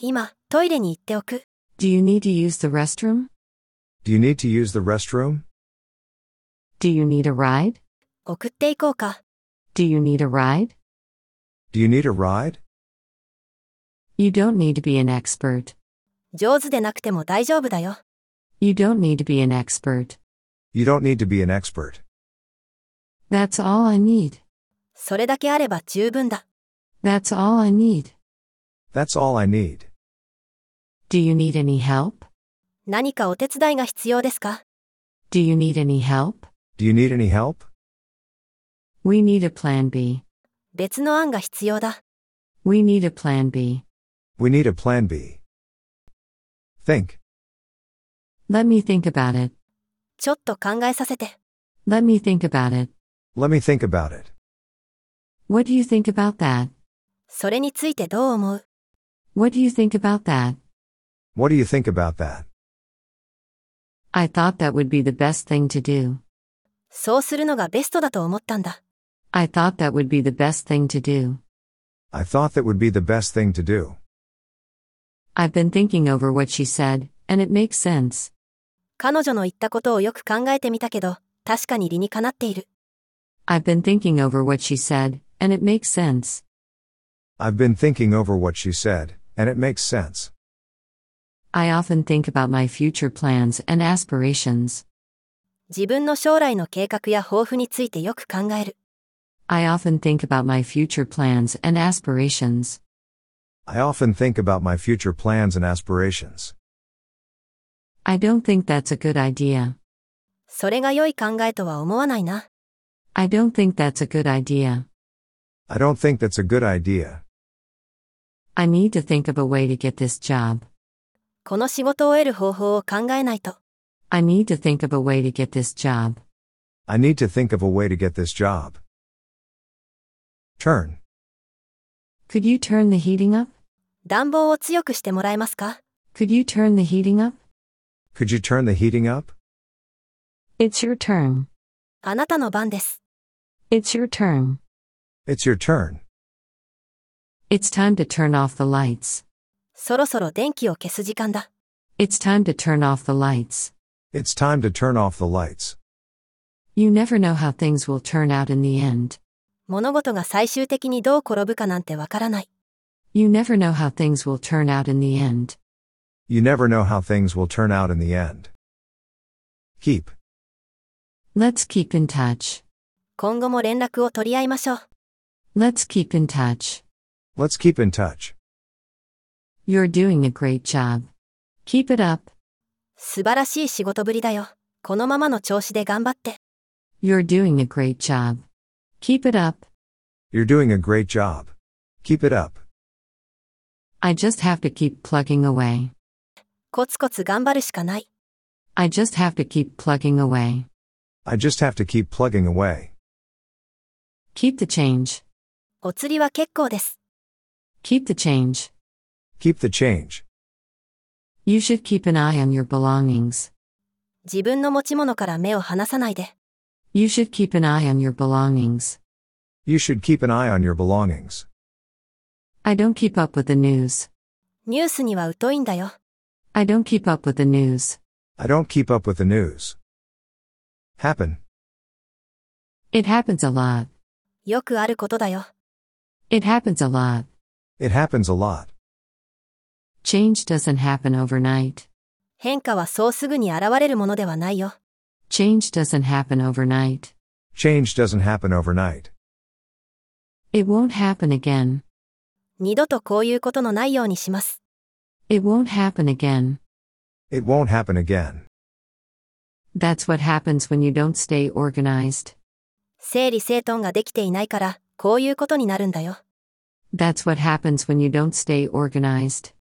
[SPEAKER 2] 今、トイレに行っておく。
[SPEAKER 4] Do you need to use the restroom?
[SPEAKER 3] Do you need to use the restroom?
[SPEAKER 4] Do you need a ride?
[SPEAKER 2] 送っていこうか。
[SPEAKER 4] Do you need a ride?
[SPEAKER 3] Do you need a ride?
[SPEAKER 4] You don't need to be an expert.
[SPEAKER 2] 上手でなくても大丈夫だよ。
[SPEAKER 4] You don't need to be an expert.
[SPEAKER 3] You don't need to be an expert.
[SPEAKER 4] That's all I need.
[SPEAKER 2] それだけあれば十分だ。
[SPEAKER 4] That's all I need.
[SPEAKER 3] That's all I need.
[SPEAKER 4] Do you need any help?
[SPEAKER 2] 何かお手伝いが必要ですか
[SPEAKER 4] Do you need any help?
[SPEAKER 3] Do you need any help?
[SPEAKER 4] We need a plan B.
[SPEAKER 2] 別の案が必要だ。
[SPEAKER 4] We need a plan B.
[SPEAKER 3] We need a plan B. Think.
[SPEAKER 4] Let me think about it.
[SPEAKER 2] ちょっと考えさせて。
[SPEAKER 4] Let me think about it.
[SPEAKER 3] Let me think about it.
[SPEAKER 4] What do you think about that?
[SPEAKER 2] それについてどう思う
[SPEAKER 4] What do you think about that?
[SPEAKER 3] What do you think about that?
[SPEAKER 4] I thought that would be the best thing to do.
[SPEAKER 2] そうするのがベストだと思ったんだ。
[SPEAKER 4] I thought that would be the best thing to do.
[SPEAKER 3] I thought that would be the best thing to do.
[SPEAKER 4] I've been thinking over what she said, and it makes sense.
[SPEAKER 2] 彼女の言ったことをよく考えてみたけど、確かに理にかなっている。
[SPEAKER 4] I've been thinking over what she said, and it makes sense.
[SPEAKER 3] I've been thinking over what she said, and it makes sense.
[SPEAKER 4] I often think about my future plans and aspirations.
[SPEAKER 2] 自分の将来の計画や抱負についてよく考える。
[SPEAKER 4] I often think about my future plans and aspirations.
[SPEAKER 3] I often think about my future plans and aspirations.
[SPEAKER 4] I don't think that's a good idea.
[SPEAKER 2] それが良い考えとは思わないな。
[SPEAKER 4] I don't think that's a good idea.
[SPEAKER 3] I don't think that's a good idea.
[SPEAKER 4] I need to think of a way to get this job.
[SPEAKER 2] この仕事を得る方法を考えないと。
[SPEAKER 4] I need to think of a way to get this job.
[SPEAKER 3] I need to think of a way to get this job. Turn.
[SPEAKER 4] Could you turn the heating up?
[SPEAKER 2] 暖房を強くしてもらえますか
[SPEAKER 4] Could you turn the heating up?
[SPEAKER 3] Could you turn the heating up?
[SPEAKER 4] It's your turn.
[SPEAKER 2] あなたの番です。
[SPEAKER 4] It's your turn.
[SPEAKER 3] It's your turn.
[SPEAKER 4] It's time to turn off the lights.
[SPEAKER 2] そろそろ電気を消す時間だ。
[SPEAKER 4] It's time to turn off the lights.
[SPEAKER 3] It's time to turn off the lights.
[SPEAKER 4] You never know how things will turn out in the end.
[SPEAKER 2] 物事が最終的にどう転ぶかなんてわからない。
[SPEAKER 4] You never know how things will turn out in the end.
[SPEAKER 3] You never know how things will turn out in the end. Keep.
[SPEAKER 4] Let's keep in touch.
[SPEAKER 2] 今後も連絡を取り合いましょう。
[SPEAKER 4] Let's keep in touch.
[SPEAKER 3] Let's keep in touch.
[SPEAKER 4] You're doing a great job. Keep it up.
[SPEAKER 2] 素晴らしい仕事ぶりだよ。このままの調子で頑張って。
[SPEAKER 4] You're doing a great job. Keep it up.
[SPEAKER 3] You're doing a great job. Keep it up.
[SPEAKER 4] I just have to keep plugging away.
[SPEAKER 2] コツコツ頑張るしかない。
[SPEAKER 4] I just have to keep plugging away.
[SPEAKER 3] I just have to keep plugging away.
[SPEAKER 4] Keep the change.
[SPEAKER 2] お釣りは結構です。
[SPEAKER 4] Keep the change.
[SPEAKER 3] Keep the change.
[SPEAKER 4] You should keep an eye on your belongings.
[SPEAKER 2] 自分の持ち物から目を離さないで。
[SPEAKER 4] You should keep an eye on your belongings.
[SPEAKER 3] You should keep an eye on your belongings.
[SPEAKER 4] I don't keep up with the news.
[SPEAKER 2] ニュースには疎いんだよ。
[SPEAKER 4] I don't keep up with the news.
[SPEAKER 3] I don't keep up with the news. Happen.
[SPEAKER 4] It happens a lot.
[SPEAKER 2] よくあることだよ。
[SPEAKER 4] It happens a lot.
[SPEAKER 3] It happens a lot.
[SPEAKER 4] Change doesn't happen overnight.
[SPEAKER 2] 変化はそうすぐに現れるものではないよ。
[SPEAKER 4] Change doesn't happen overnight.
[SPEAKER 3] Change doesn't happen overnight.
[SPEAKER 4] It won't happen again.
[SPEAKER 2] 二度とこういうことのないようにします。
[SPEAKER 4] It won't happen again.
[SPEAKER 3] It won't happen again.
[SPEAKER 4] That's what happens when you don't stay organized.
[SPEAKER 2] 整理整頓ができていないから、こういうことになるんだよ。
[SPEAKER 4] That's what happens when you don't stay organized.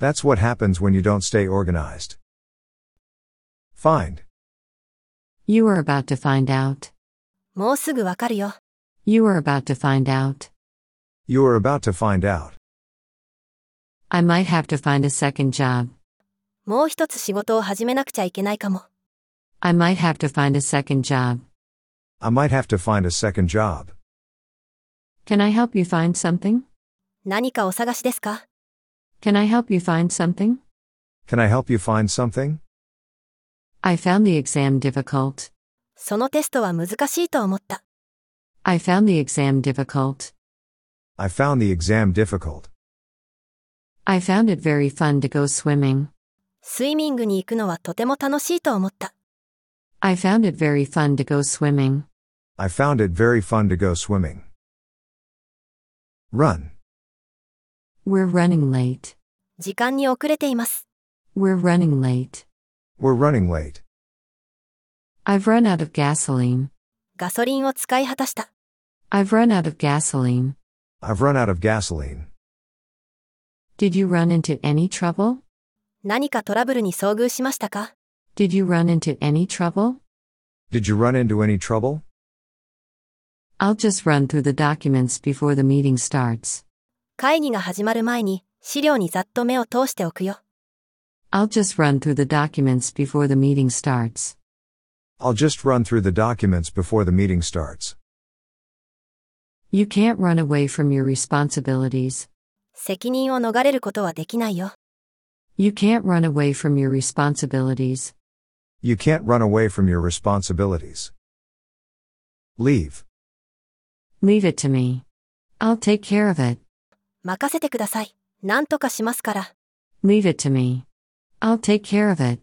[SPEAKER 3] That's what happens when you don't stay organized. Find.
[SPEAKER 4] You are about to find out.
[SPEAKER 2] もうすぐわかるよ。
[SPEAKER 4] You are about to find out.
[SPEAKER 3] You are about to find out.
[SPEAKER 4] I might have to find a second job.
[SPEAKER 2] もう一つ仕事を始めなくちゃいけないかも。
[SPEAKER 4] I might have to find a second job.
[SPEAKER 3] I might have to find a second job.
[SPEAKER 4] Can I help you find something?
[SPEAKER 2] 何かお探しですか
[SPEAKER 4] Can I help you find something?
[SPEAKER 3] Can I help you find something?
[SPEAKER 4] I found the exam difficult.
[SPEAKER 2] そのテストは難しいと思った。
[SPEAKER 4] I found the exam difficult.
[SPEAKER 3] I found the exam difficult.
[SPEAKER 4] I found it very fun to go swimming.
[SPEAKER 2] スイミングに行くのはとても楽しいと思った。
[SPEAKER 4] I found it very fun to go swimming.
[SPEAKER 3] I found it very fun to go swimming. Run.
[SPEAKER 4] We're running late.
[SPEAKER 2] 時間に遅れています。
[SPEAKER 4] We're running late.
[SPEAKER 3] We're running late.
[SPEAKER 4] I've run out of gasoline.
[SPEAKER 2] ガソリンを使い果たした。
[SPEAKER 4] I've run out of gasoline.
[SPEAKER 3] I've run out of gasoline.
[SPEAKER 4] Did you run into any trouble?
[SPEAKER 2] 何かトラブルに遭遇しましたか
[SPEAKER 4] Did you run into any trouble?
[SPEAKER 3] Did you run into any trouble?
[SPEAKER 4] I'll just run through the documents before the meeting starts.
[SPEAKER 2] 会議が始まる前に資料にざっと目を通しておくよ。
[SPEAKER 4] I'll just run through the documents before the meeting starts.
[SPEAKER 3] I'll just run through the documents before the meeting starts.
[SPEAKER 4] You can't run away from your responsibilities.
[SPEAKER 2] 責任を逃れることはできないよ。
[SPEAKER 4] You can't run away from your responsibilities.
[SPEAKER 3] You can't run away from your responsibilities. Leave.
[SPEAKER 4] Leave it to me. I'll take care of it.
[SPEAKER 2] 任せてください。何とかしますから。
[SPEAKER 4] Leave it to me. I'll take care of it.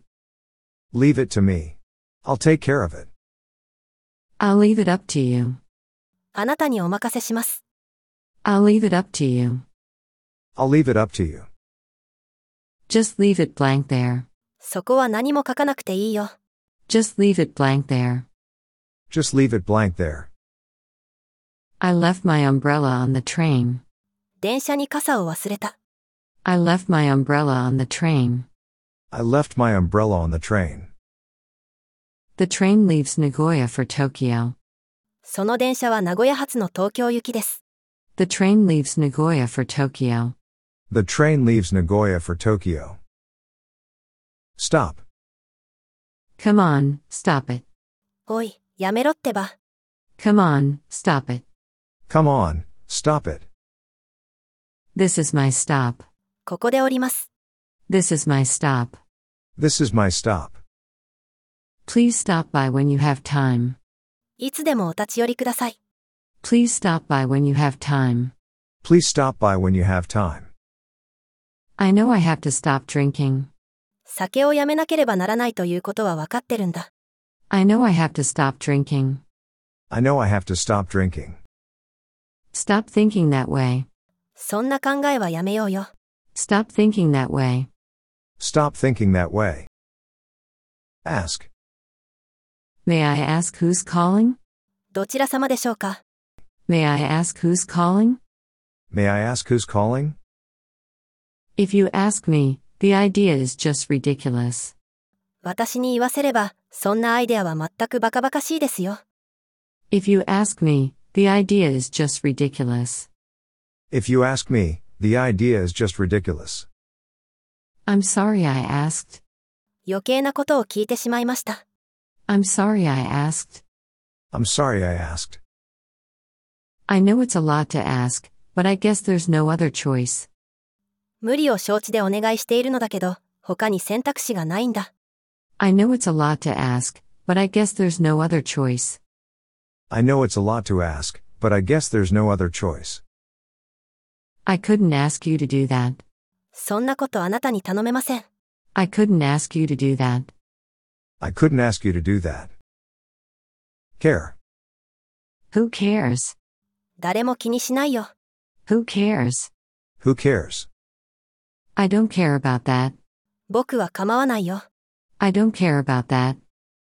[SPEAKER 3] Leave it to me. I'll take care of it.
[SPEAKER 4] I'll leave it up to you.
[SPEAKER 2] あなたにお任せします。
[SPEAKER 4] I'll leave it up to you.
[SPEAKER 3] I'll leave it up to you.
[SPEAKER 4] Just leave it blank there.
[SPEAKER 2] そこは何も書かなくていいよ。
[SPEAKER 4] Just leave it blank there.
[SPEAKER 3] Just leave it blank there.
[SPEAKER 4] I left my umbrella on the train.
[SPEAKER 2] 電車に傘を忘れた。
[SPEAKER 4] I left my umbrella on the train.
[SPEAKER 3] I left my umbrella on the train.
[SPEAKER 4] The train leaves Nagoya for Tokyo.
[SPEAKER 2] その電車は名古屋発の東京行きです。
[SPEAKER 4] The train leaves Nagoya for Tokyo.
[SPEAKER 3] The train leaves Nagoya for Tokyo. Stop.
[SPEAKER 4] Come on, stop it.
[SPEAKER 2] おい、やめろってば。
[SPEAKER 4] Come on, stop it.
[SPEAKER 3] Come on, stop it.
[SPEAKER 4] This is my stop.
[SPEAKER 2] ここで降ります。
[SPEAKER 4] This is my stop.
[SPEAKER 3] This is my stop.
[SPEAKER 4] Please stop by when you have time.
[SPEAKER 2] いつでもお立ち寄りください。
[SPEAKER 4] Please stop by when you have time.
[SPEAKER 3] Please stop by when you have time.
[SPEAKER 4] I know I have to stop drinking.
[SPEAKER 2] 酒をやめなければならないということは分かってるんだ。
[SPEAKER 4] I know I have to stop drinking.
[SPEAKER 3] I know I have to stop drinking.
[SPEAKER 4] Stop thinking that way.
[SPEAKER 2] そんな考えはやめようよ。
[SPEAKER 4] Stop thinking that way.
[SPEAKER 3] Stop thinking that way. Ask.
[SPEAKER 4] May I ask who's calling?
[SPEAKER 2] どちら様でしょうか
[SPEAKER 4] May I ask who's calling?
[SPEAKER 3] May I ask who's calling?
[SPEAKER 4] If you ask me, the idea is just ridiculous.
[SPEAKER 2] 私に言わせれば、そんなアイデアは全くバカバカしいですよ。
[SPEAKER 4] If you ask me, the idea is just ridiculous.
[SPEAKER 3] If you ask me, the idea is just ridiculous.
[SPEAKER 4] I'm sorry I asked.
[SPEAKER 2] 余計なことを聞いてしまいました。
[SPEAKER 4] I'm sorry I asked.
[SPEAKER 3] I'm sorry I asked.
[SPEAKER 4] I know it's a lot to ask, but I guess there's no other choice.
[SPEAKER 2] 無理を承知でお願いしているのだけど、他に選択肢がないんだ。
[SPEAKER 4] I know it's a lot to ask, but I guess there's no other choice.
[SPEAKER 3] I know it's a lot to ask, but I guess there's no other choice.
[SPEAKER 4] I couldn't ask you to do that.
[SPEAKER 2] そんなことあなたに頼めません。
[SPEAKER 4] I couldn't ask you to do that.
[SPEAKER 3] I couldn't ask you to do that. Care.
[SPEAKER 4] Who cares?
[SPEAKER 2] 誰も気にしないよ。
[SPEAKER 4] Who cares?
[SPEAKER 3] Who cares?
[SPEAKER 4] I don't care about that.
[SPEAKER 2] 僕は構わないよ。
[SPEAKER 4] I don't care about that.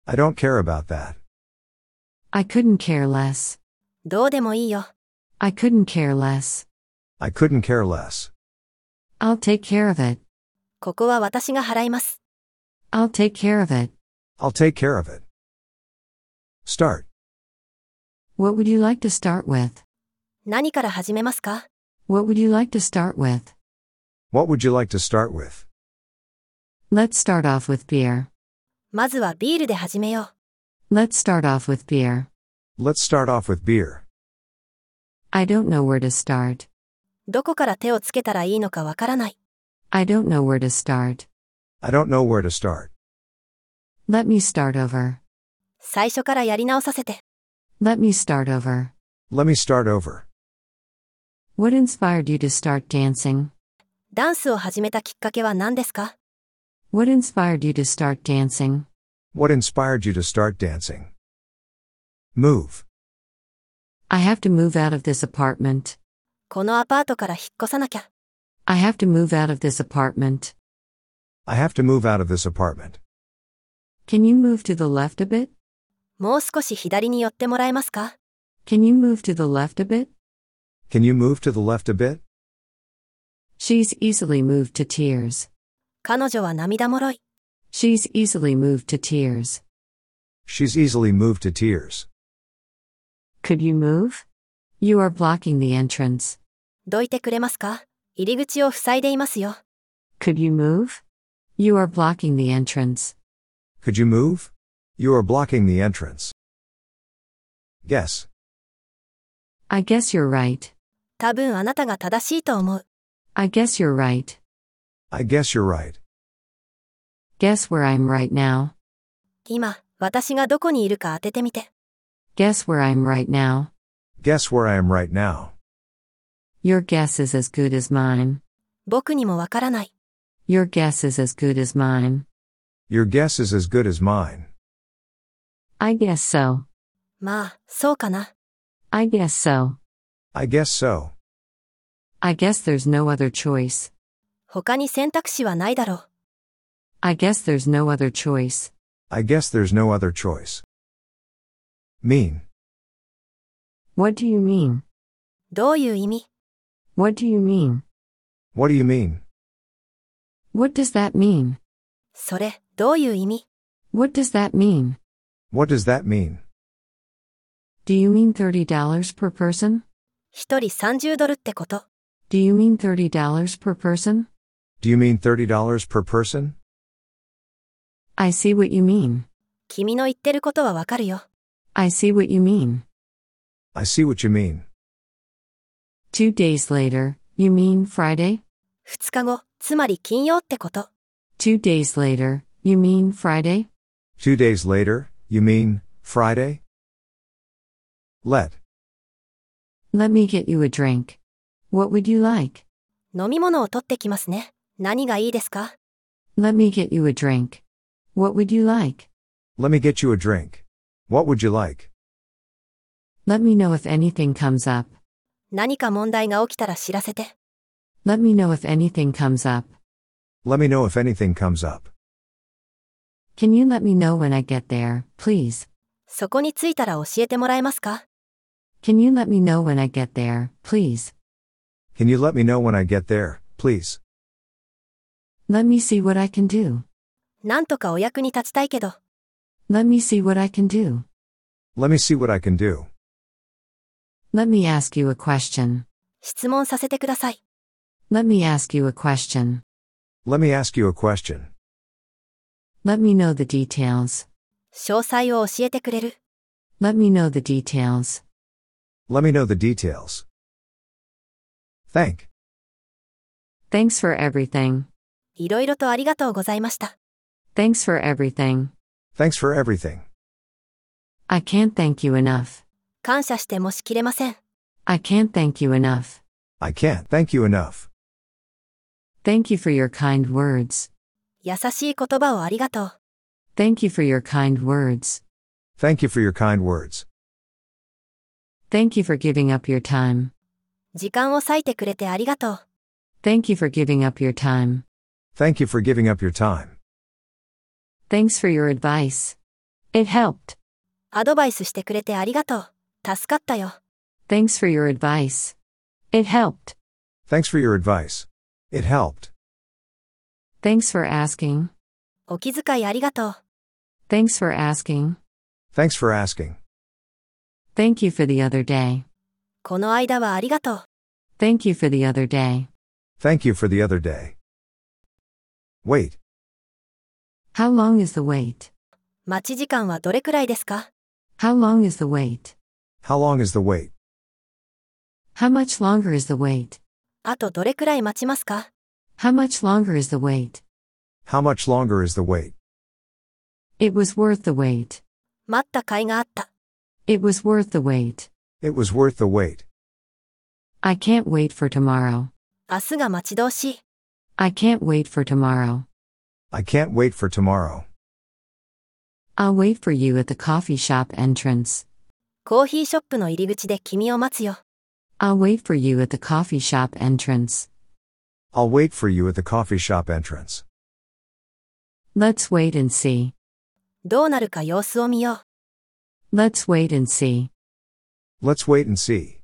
[SPEAKER 3] I don't care about that.
[SPEAKER 4] I couldn't care less.
[SPEAKER 2] どうでもいいよ。
[SPEAKER 4] I couldn't care less.
[SPEAKER 3] I couldn't care less.
[SPEAKER 4] I'll take care of it.
[SPEAKER 2] ここは私が払います。
[SPEAKER 4] I'll take care of it.
[SPEAKER 3] I'll take care of it. Start.
[SPEAKER 4] What would you like to start with?
[SPEAKER 2] 何から始めますか
[SPEAKER 4] What would you like to start with?
[SPEAKER 3] What would you like to start with?
[SPEAKER 4] Let's start off with beer.
[SPEAKER 2] まずはビールで始めよう。
[SPEAKER 4] Let's start off with beer.
[SPEAKER 3] Let's start off with beer.
[SPEAKER 4] I don't know where to start.
[SPEAKER 2] どこから手をつけたらいいのかわからない。
[SPEAKER 4] I don't know where to start.
[SPEAKER 3] I don't know where to start.
[SPEAKER 4] Let me start over.
[SPEAKER 2] 最初からやり直させて。
[SPEAKER 4] Let me start over.
[SPEAKER 3] Let me start over.
[SPEAKER 4] What inspired you to start dancing?
[SPEAKER 2] ダンスを始めたきっかけは何ですか
[SPEAKER 4] What inspired you to start dancing?
[SPEAKER 3] What inspired you to start dancing? Move.
[SPEAKER 4] I have to move out of this apartment.
[SPEAKER 2] このアパートから引っ越さなきゃ。
[SPEAKER 4] I have to move out of this apartment.
[SPEAKER 3] I have to move out of this apartment.
[SPEAKER 4] Can you move to the left a bit?
[SPEAKER 2] もう少し左に寄ってもらえますか
[SPEAKER 4] Can you move to the left a bit?
[SPEAKER 3] Can you move to the left a bit?
[SPEAKER 4] She's easily moved to tears.
[SPEAKER 2] 彼女は涙もろい。
[SPEAKER 4] She's easily moved to tears.
[SPEAKER 3] She's easily moved to tears.
[SPEAKER 4] Could you move? You are blocking the entrance.
[SPEAKER 2] どいてくれますか入り口を塞いでいますよ。
[SPEAKER 4] Could you move? You are blocking the entrance.
[SPEAKER 3] Could you move? You are blocking the entrance. Guess.
[SPEAKER 4] I guess you're right.
[SPEAKER 2] 多分あなたが正しいと思う。
[SPEAKER 4] I guess you're right.
[SPEAKER 3] I guess you're right.
[SPEAKER 4] Guess where I'm right now.
[SPEAKER 2] 今、私がどこにいるか当ててみて。
[SPEAKER 4] Guess where I'm right now.
[SPEAKER 3] Guess where I am right now.
[SPEAKER 4] Your guess is as good as mine.
[SPEAKER 2] 僕にもわからない。
[SPEAKER 4] Your guess is as good as mine.
[SPEAKER 3] Your guess is as good as mine.
[SPEAKER 4] I guess so.
[SPEAKER 2] まあ、そうかな。
[SPEAKER 4] I guess so.
[SPEAKER 3] I guess so.
[SPEAKER 4] I guess there's no other choice.
[SPEAKER 2] 他に選択肢はないだろう。
[SPEAKER 4] I guess there's no other choice.
[SPEAKER 3] I guess there's no other choice. Mean.
[SPEAKER 4] What do you mean?
[SPEAKER 2] どういう意味
[SPEAKER 4] What do you mean?
[SPEAKER 3] What do you mean?
[SPEAKER 4] What does that mean?
[SPEAKER 2] それ、どういう意味
[SPEAKER 4] What does that mean?
[SPEAKER 3] What does that mean?
[SPEAKER 4] Do you mean $30 per person?
[SPEAKER 2] 一人30ドルってこと。
[SPEAKER 4] Do you mean $30 per person?
[SPEAKER 3] Do you mean $30 per person?
[SPEAKER 4] I see what you mean.
[SPEAKER 2] 君の言ってることはわかるよ。
[SPEAKER 4] I see what you mean.
[SPEAKER 3] I see what you mean.
[SPEAKER 4] Two days later, you mean Friday?
[SPEAKER 2] 2日後、つまり金曜ってこと。
[SPEAKER 4] Two days later, you mean Friday?
[SPEAKER 3] Two days later, you mean Friday? Let.
[SPEAKER 4] Let me get you a drink. What would you like?
[SPEAKER 2] 飲み物を取ってきますね。何がいいですか
[SPEAKER 4] Let me get you a drink. What would you like?
[SPEAKER 3] Let me get you a drink. What would you like?
[SPEAKER 4] Let me know if anything comes up.
[SPEAKER 2] 何か問題が起きたら知らせて。
[SPEAKER 4] Let me know if anything comes up.
[SPEAKER 3] Let me know if anything comes up.
[SPEAKER 4] Can you let me know when I get there, please?
[SPEAKER 2] そこに着いたら教えてもらえますか
[SPEAKER 4] Can you let me know when I get there, please?
[SPEAKER 3] Can you let me know when I get there, please?
[SPEAKER 4] Let me see what I can do.
[SPEAKER 2] なんとかお役に立ちたいけど、
[SPEAKER 4] Let me see what I can do.
[SPEAKER 3] Let me see what I can do.
[SPEAKER 4] Let me ask you a question.
[SPEAKER 2] 質問させてください。
[SPEAKER 4] Let me ask you a question.
[SPEAKER 3] Let me ask you a question.
[SPEAKER 4] Let me know the details.
[SPEAKER 2] 詳細を教えてくれる。
[SPEAKER 4] Let me know the details.
[SPEAKER 3] Let me know the details. Thank.
[SPEAKER 4] Thanks for everything.
[SPEAKER 2] いろいろとありがとうございました。
[SPEAKER 4] Thanks for everything.
[SPEAKER 3] Thanks for everything.
[SPEAKER 4] I can't thank you enough.
[SPEAKER 2] 感謝してもしきれません。
[SPEAKER 4] I can't thank you enough.
[SPEAKER 3] I can't thank you enough.
[SPEAKER 4] Thank you for your kind words.
[SPEAKER 2] 優しい言葉をありがとう。
[SPEAKER 4] Thank you for your kind words.
[SPEAKER 3] Thank you for your kind words.
[SPEAKER 4] Thank you for giving up your time.
[SPEAKER 2] 時間を割いてくれてありがとう。
[SPEAKER 4] Thank you for giving up your time.
[SPEAKER 3] Thank you for giving up your time.
[SPEAKER 4] Thanks for your advice. It helped.
[SPEAKER 2] アドバイスしてくれてありがとう。助かったよ。
[SPEAKER 4] Thanks for your advice. It helped.
[SPEAKER 3] Thanks for your advice. It helped.
[SPEAKER 4] Thanks for asking.
[SPEAKER 2] お気遣いありがとう。
[SPEAKER 4] Thanks for asking.
[SPEAKER 3] Thanks for asking.
[SPEAKER 4] Thank you for the other day.
[SPEAKER 2] この間はありがとう。
[SPEAKER 4] Thank you for the other day.
[SPEAKER 3] Thank you for the other day. Wait.
[SPEAKER 4] How long is the wait?
[SPEAKER 2] 待ち時間はどれくらいですか
[SPEAKER 4] How long is the wait?
[SPEAKER 3] How long is the wait?
[SPEAKER 4] How much longer is the wait?
[SPEAKER 2] あとどれくらい待ちますか
[SPEAKER 4] How much longer is the wait?
[SPEAKER 3] How much longer is the wait?
[SPEAKER 4] It was worth the wait.
[SPEAKER 2] 待った甲斐があった。
[SPEAKER 4] It was worth the wait.
[SPEAKER 3] It was worth the wait.
[SPEAKER 4] I can't wait for tomorrow.
[SPEAKER 2] 明日が待ち遠しい。
[SPEAKER 4] I can't wait for tomorrow.
[SPEAKER 3] I can't wait for tomorrow.
[SPEAKER 4] I'll wait for you at the coffee shop entrance.
[SPEAKER 2] コーヒーショップの入り口で君を待つよ。
[SPEAKER 4] I'll wait for you at the coffee shop entrance.
[SPEAKER 3] I'll wait for you at the coffee shop entrance.
[SPEAKER 4] Let's wait and see.
[SPEAKER 2] どうなるか様子を見よう。
[SPEAKER 4] Let's wait and see.
[SPEAKER 3] Let's wait and see.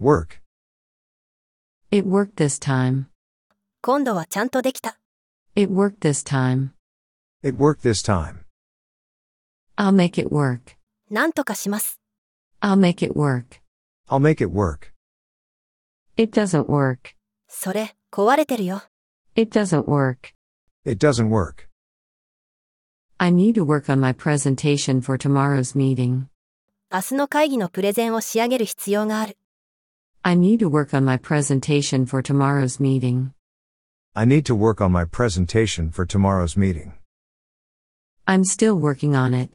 [SPEAKER 3] Work.
[SPEAKER 4] It worked this time.
[SPEAKER 2] 今度はちゃんとできた。
[SPEAKER 4] It worked this time.
[SPEAKER 3] It worked this time.
[SPEAKER 4] I'll make it work.
[SPEAKER 2] なんとかします。
[SPEAKER 4] I'll make it work.
[SPEAKER 3] I'll make it work.
[SPEAKER 4] It doesn't work.
[SPEAKER 2] それ、壊れてるよ。
[SPEAKER 4] It doesn't work.
[SPEAKER 3] It doesn't work.
[SPEAKER 4] I need to work on my presentation for tomorrow's meeting.
[SPEAKER 2] 明日の会議のプレゼンを仕上げる必要がある。
[SPEAKER 4] I need to work on my presentation for tomorrow's meeting.
[SPEAKER 3] I need to work on my presentation for tomorrow's meeting.
[SPEAKER 4] I'm still working on it.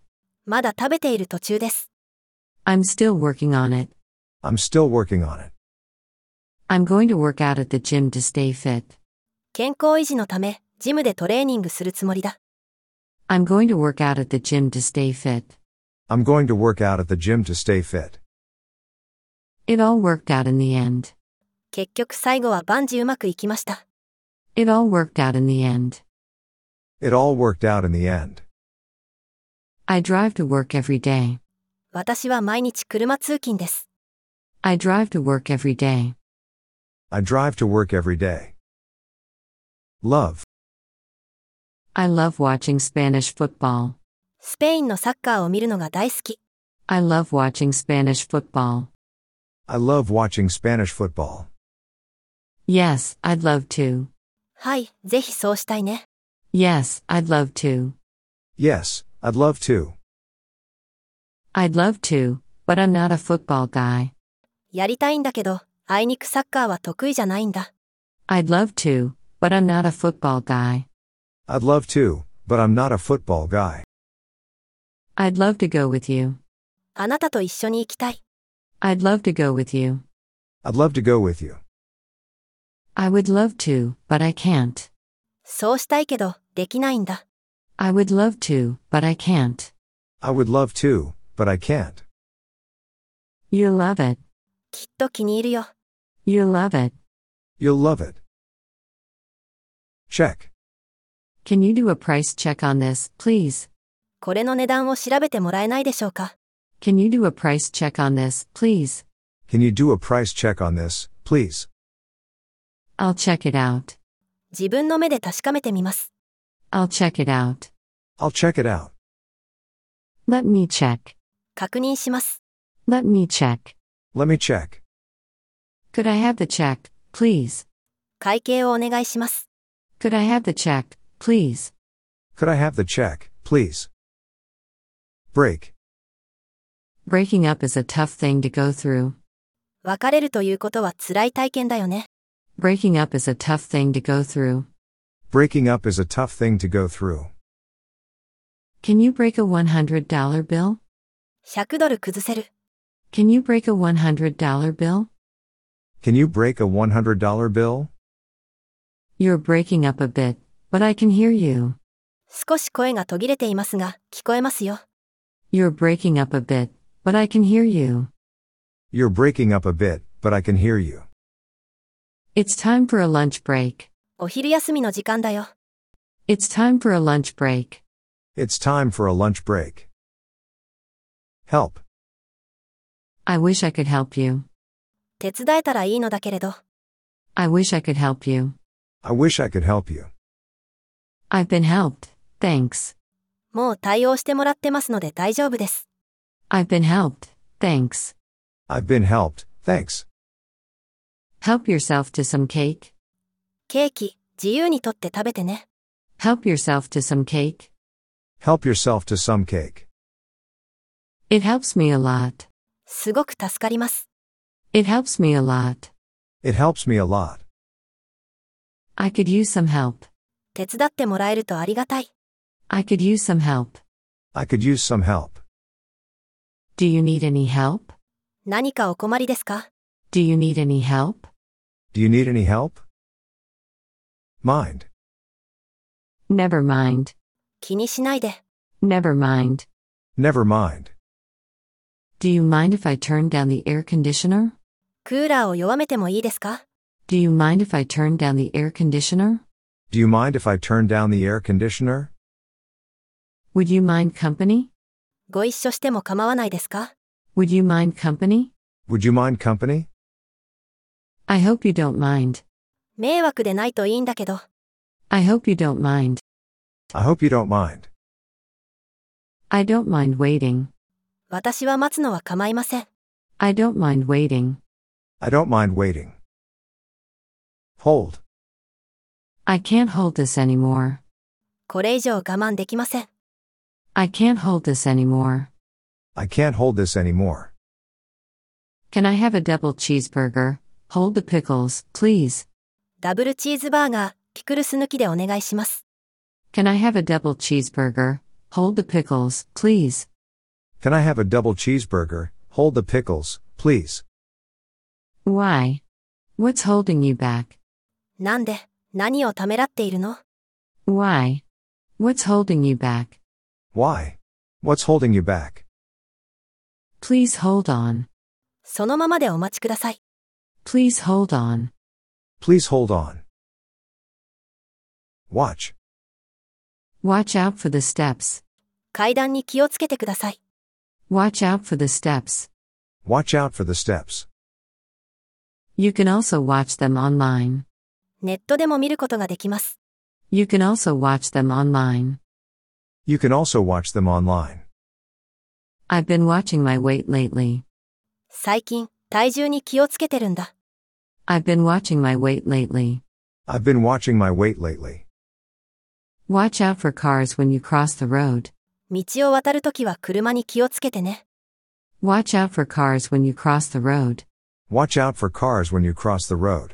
[SPEAKER 2] まだ食べている途中です。
[SPEAKER 4] I'm still working on it.
[SPEAKER 3] I'm still working on it.
[SPEAKER 4] I'm going to work out at the gym to stay fit.
[SPEAKER 2] 健康維持のため、ジムでトレーニングするつもりだ。
[SPEAKER 4] I'm going to work out at the gym to stay fit.
[SPEAKER 3] I'm going to work out at the gym to stay fit.
[SPEAKER 4] It all worked out in the end.
[SPEAKER 2] 結局最後は万事うまくいきました。
[SPEAKER 4] It all worked out in the end.
[SPEAKER 3] It all worked out in the end.
[SPEAKER 4] I drive to work every day.
[SPEAKER 2] 私は毎日車通勤です。
[SPEAKER 4] I drive to work every day.
[SPEAKER 3] I drive to work every day. Love.
[SPEAKER 4] I love watching Spanish football.
[SPEAKER 2] スペインのサッカーを見るのが大好き。
[SPEAKER 4] I love watching Spanish football.
[SPEAKER 3] I love watching Spanish football.
[SPEAKER 4] Yes, I'd love to.
[SPEAKER 2] はい、ぜひそうしたいね。
[SPEAKER 4] Yes, I'd love to.
[SPEAKER 3] Yes, I'd love to.
[SPEAKER 4] I'd love to, but I'm not a football guy.
[SPEAKER 2] やりたいんだけど、あいにくサッカーは得意じゃないんだ。
[SPEAKER 4] I'd love to, but I'm not a football guy.
[SPEAKER 3] I'd love to, but I'm not a football guy.
[SPEAKER 4] I'd love to go with you.
[SPEAKER 2] あなたと一緒に行きたい。
[SPEAKER 4] I'd love to go with you.
[SPEAKER 3] I'd love to go with you.
[SPEAKER 4] I would love to, but I can't.
[SPEAKER 2] そうしたいけど、できないんだ。
[SPEAKER 4] I would love to, but I can't.
[SPEAKER 3] I would love to, but I can't.
[SPEAKER 4] You love it.
[SPEAKER 2] きっと気に入るよ。
[SPEAKER 4] You love it.
[SPEAKER 3] You'll love it. Check.
[SPEAKER 4] Can you do a price check on this, please?
[SPEAKER 2] これの値段を調べてもらえないでしょうか。
[SPEAKER 4] Can you do a price check on this, please?
[SPEAKER 3] Can you do a price check on this, please?
[SPEAKER 4] I'll check it out.
[SPEAKER 2] 自分の目で確かめてみます。
[SPEAKER 4] I'll check it out.
[SPEAKER 3] I'll check it out.
[SPEAKER 4] Let me check.
[SPEAKER 2] 確認します。
[SPEAKER 4] Let me check.
[SPEAKER 3] Let me check.
[SPEAKER 4] Could I have the check, please?
[SPEAKER 2] 会計をお願いします。
[SPEAKER 4] Could I have the check, please?
[SPEAKER 3] Could I have the check, please? Break.
[SPEAKER 4] Breaking up is a tough thing to go through.
[SPEAKER 2] 別れるということは辛い体験だよね。
[SPEAKER 4] Breaking up is a tough thing to go through.
[SPEAKER 3] Breaking up is a tough thing to go through.
[SPEAKER 4] Can you break a $100 bill?
[SPEAKER 2] 100ドル崩せる。
[SPEAKER 4] Can you break a $100 bill?
[SPEAKER 3] Can you break a $100 bill?
[SPEAKER 4] You're breaking up a bit, but I can hear you.
[SPEAKER 2] 少し声が途切れていますが、聞こえますよ。
[SPEAKER 4] You're breaking up a bit, but I can hear you.
[SPEAKER 3] You're breaking up a bit, but I can hear you.
[SPEAKER 4] It's time for a lunch break.
[SPEAKER 2] お昼休みの時間だよ。
[SPEAKER 4] It's time for a lunch break.
[SPEAKER 3] It's time for a lunch break. Help.
[SPEAKER 4] I wish I could help you.
[SPEAKER 2] 手伝えたらいいのだけれど
[SPEAKER 4] I wish I could help you.
[SPEAKER 3] I wish I could help you.
[SPEAKER 4] I've been helped, thanks.
[SPEAKER 2] もう対応してもらってますので大丈夫です
[SPEAKER 4] I've been helped, thanks.
[SPEAKER 3] I've been helped, thanks.
[SPEAKER 4] Help yourself to some cake.
[SPEAKER 2] ケーキ自由に取って食べてね
[SPEAKER 4] Help yourself to some cake.
[SPEAKER 3] Help yourself to some cake.
[SPEAKER 4] It helps me a lot.
[SPEAKER 2] すごく助かります
[SPEAKER 4] It helps me a lot.
[SPEAKER 3] It helps me a lot.
[SPEAKER 4] I could use some help.
[SPEAKER 2] 手伝ってもらえるとありがたい
[SPEAKER 4] I could use some help.
[SPEAKER 3] I could use some help.
[SPEAKER 4] Do you need any help?
[SPEAKER 2] 何かお困りですか
[SPEAKER 4] Do you need any help?
[SPEAKER 3] Do you need any help? Mind.
[SPEAKER 4] Never mind.
[SPEAKER 2] 気にしないで
[SPEAKER 4] Never mind.
[SPEAKER 3] Never mind.
[SPEAKER 4] Do you mind if I turn down the air conditioner?
[SPEAKER 2] クーラーを弱めてもいいですか
[SPEAKER 4] Do you mind if I turn down the air conditioner?
[SPEAKER 3] Do you mind if I turn down the air conditioner?
[SPEAKER 4] Would you mind company?
[SPEAKER 2] ご一緒しても構わないですか
[SPEAKER 4] Would you mind company?
[SPEAKER 3] Would you mind company?
[SPEAKER 4] I hope you don't mind.
[SPEAKER 2] 迷惑でないといいんだけど
[SPEAKER 4] I hope you don't mind.
[SPEAKER 3] I hope you don't mind.
[SPEAKER 4] I don't mind waiting.
[SPEAKER 2] 私は待つのは構いません
[SPEAKER 4] I don't mind waiting.
[SPEAKER 3] I don't mind waiting. Hold.
[SPEAKER 4] I can't hold this anymore.
[SPEAKER 2] これ以上我慢できません
[SPEAKER 4] I can't hold this anymore.
[SPEAKER 3] I can't hold this anymore.
[SPEAKER 4] Can I have a double cheeseburger? Hold the pickles, please.
[SPEAKER 2] ダブルチーズバーガーピクルス抜きでお願いします
[SPEAKER 4] Can I have a double cheeseburger? Hold the pickles, please.
[SPEAKER 3] Can I have a double cheeseburger? Hold the pickles, please.
[SPEAKER 4] Why? What's holding you back?
[SPEAKER 2] なんで何をためらっているの
[SPEAKER 4] Why? What's holding you back?
[SPEAKER 3] Why? What's holding you back?
[SPEAKER 4] Please hold on.
[SPEAKER 2] そのままでお待ちください
[SPEAKER 4] Please hold on.
[SPEAKER 3] Please hold on. Watch.
[SPEAKER 4] Watch out for the steps.
[SPEAKER 2] 階段に気をつけてください
[SPEAKER 4] Watch out for the steps.
[SPEAKER 3] Watch out for the steps.
[SPEAKER 4] You can also watch them online.
[SPEAKER 2] ネットでも見ることができます
[SPEAKER 4] You can also watch them online.
[SPEAKER 3] You can also watch them online.
[SPEAKER 4] I've been watching my weight lately.
[SPEAKER 2] 最近体重に気をつけてるんだ
[SPEAKER 4] I've been watching my weight lately.
[SPEAKER 3] I've been watching my weight lately.
[SPEAKER 4] Watch out for cars when you cross the road.
[SPEAKER 2] 道を渡るときは車に気をつけてね
[SPEAKER 4] Watch out for cars when you cross the road.
[SPEAKER 3] Watch out for cars when you cross the road.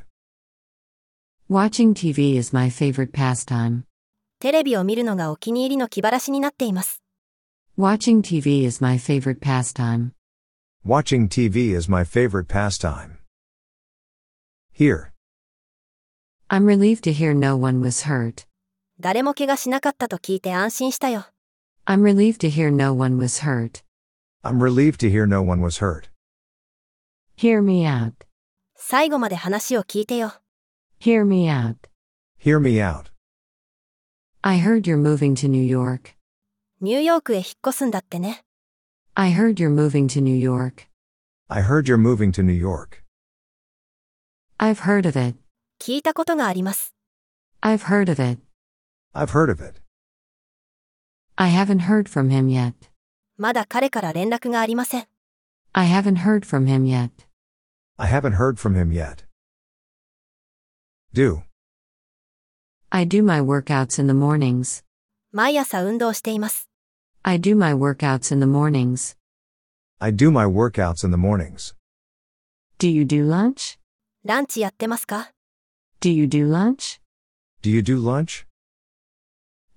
[SPEAKER 4] Watching TV is my favorite pastime.
[SPEAKER 2] テレビを見るのがお気に入りの気晴らしになっています
[SPEAKER 4] Watching TV is my favorite pastime.
[SPEAKER 3] Watching TV is my favorite pastime. Here.
[SPEAKER 4] I'm relieved to hear no one was hurt.
[SPEAKER 2] 誰も怪我しなかったと聞いて安心したよ
[SPEAKER 4] I'm relieved to hear no one was hurt.
[SPEAKER 3] I'm relieved to hear no one was hurt.
[SPEAKER 4] Hear me out.
[SPEAKER 2] 最後まで話を聞いてよ
[SPEAKER 4] Hear me out.
[SPEAKER 3] Hear me out.
[SPEAKER 4] I heard you're moving to New York.
[SPEAKER 2] ニューヨークへ引っ越すんだってね
[SPEAKER 4] I heard you're moving to New York.
[SPEAKER 3] I heard you're moving to New York.
[SPEAKER 4] I've heard of it.
[SPEAKER 2] 聞いたことがあります
[SPEAKER 4] I've heard of it.
[SPEAKER 3] I've heard of it.
[SPEAKER 4] I haven't heard from him yet.
[SPEAKER 2] まだ彼から連絡がありません
[SPEAKER 4] I haven't heard from him yet.
[SPEAKER 3] I haven't heard from him yet. Do.
[SPEAKER 4] I do my workouts in the mornings.
[SPEAKER 2] 毎朝運動しています。
[SPEAKER 4] I do my workouts in the mornings.
[SPEAKER 3] I do my workouts in the mornings.
[SPEAKER 4] Do you do lunch?
[SPEAKER 2] ランチやってますか
[SPEAKER 4] Do you do lunch?
[SPEAKER 3] Do you do lunch?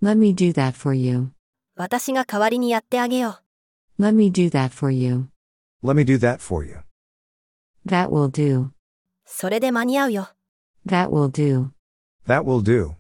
[SPEAKER 4] Let me do that for you.
[SPEAKER 2] 私が代わりにやってあげよう。
[SPEAKER 4] Let me do that for you.
[SPEAKER 3] Let me do that for you.
[SPEAKER 4] That will do.
[SPEAKER 2] それで間に合うよ。
[SPEAKER 4] That will do.
[SPEAKER 3] That will do.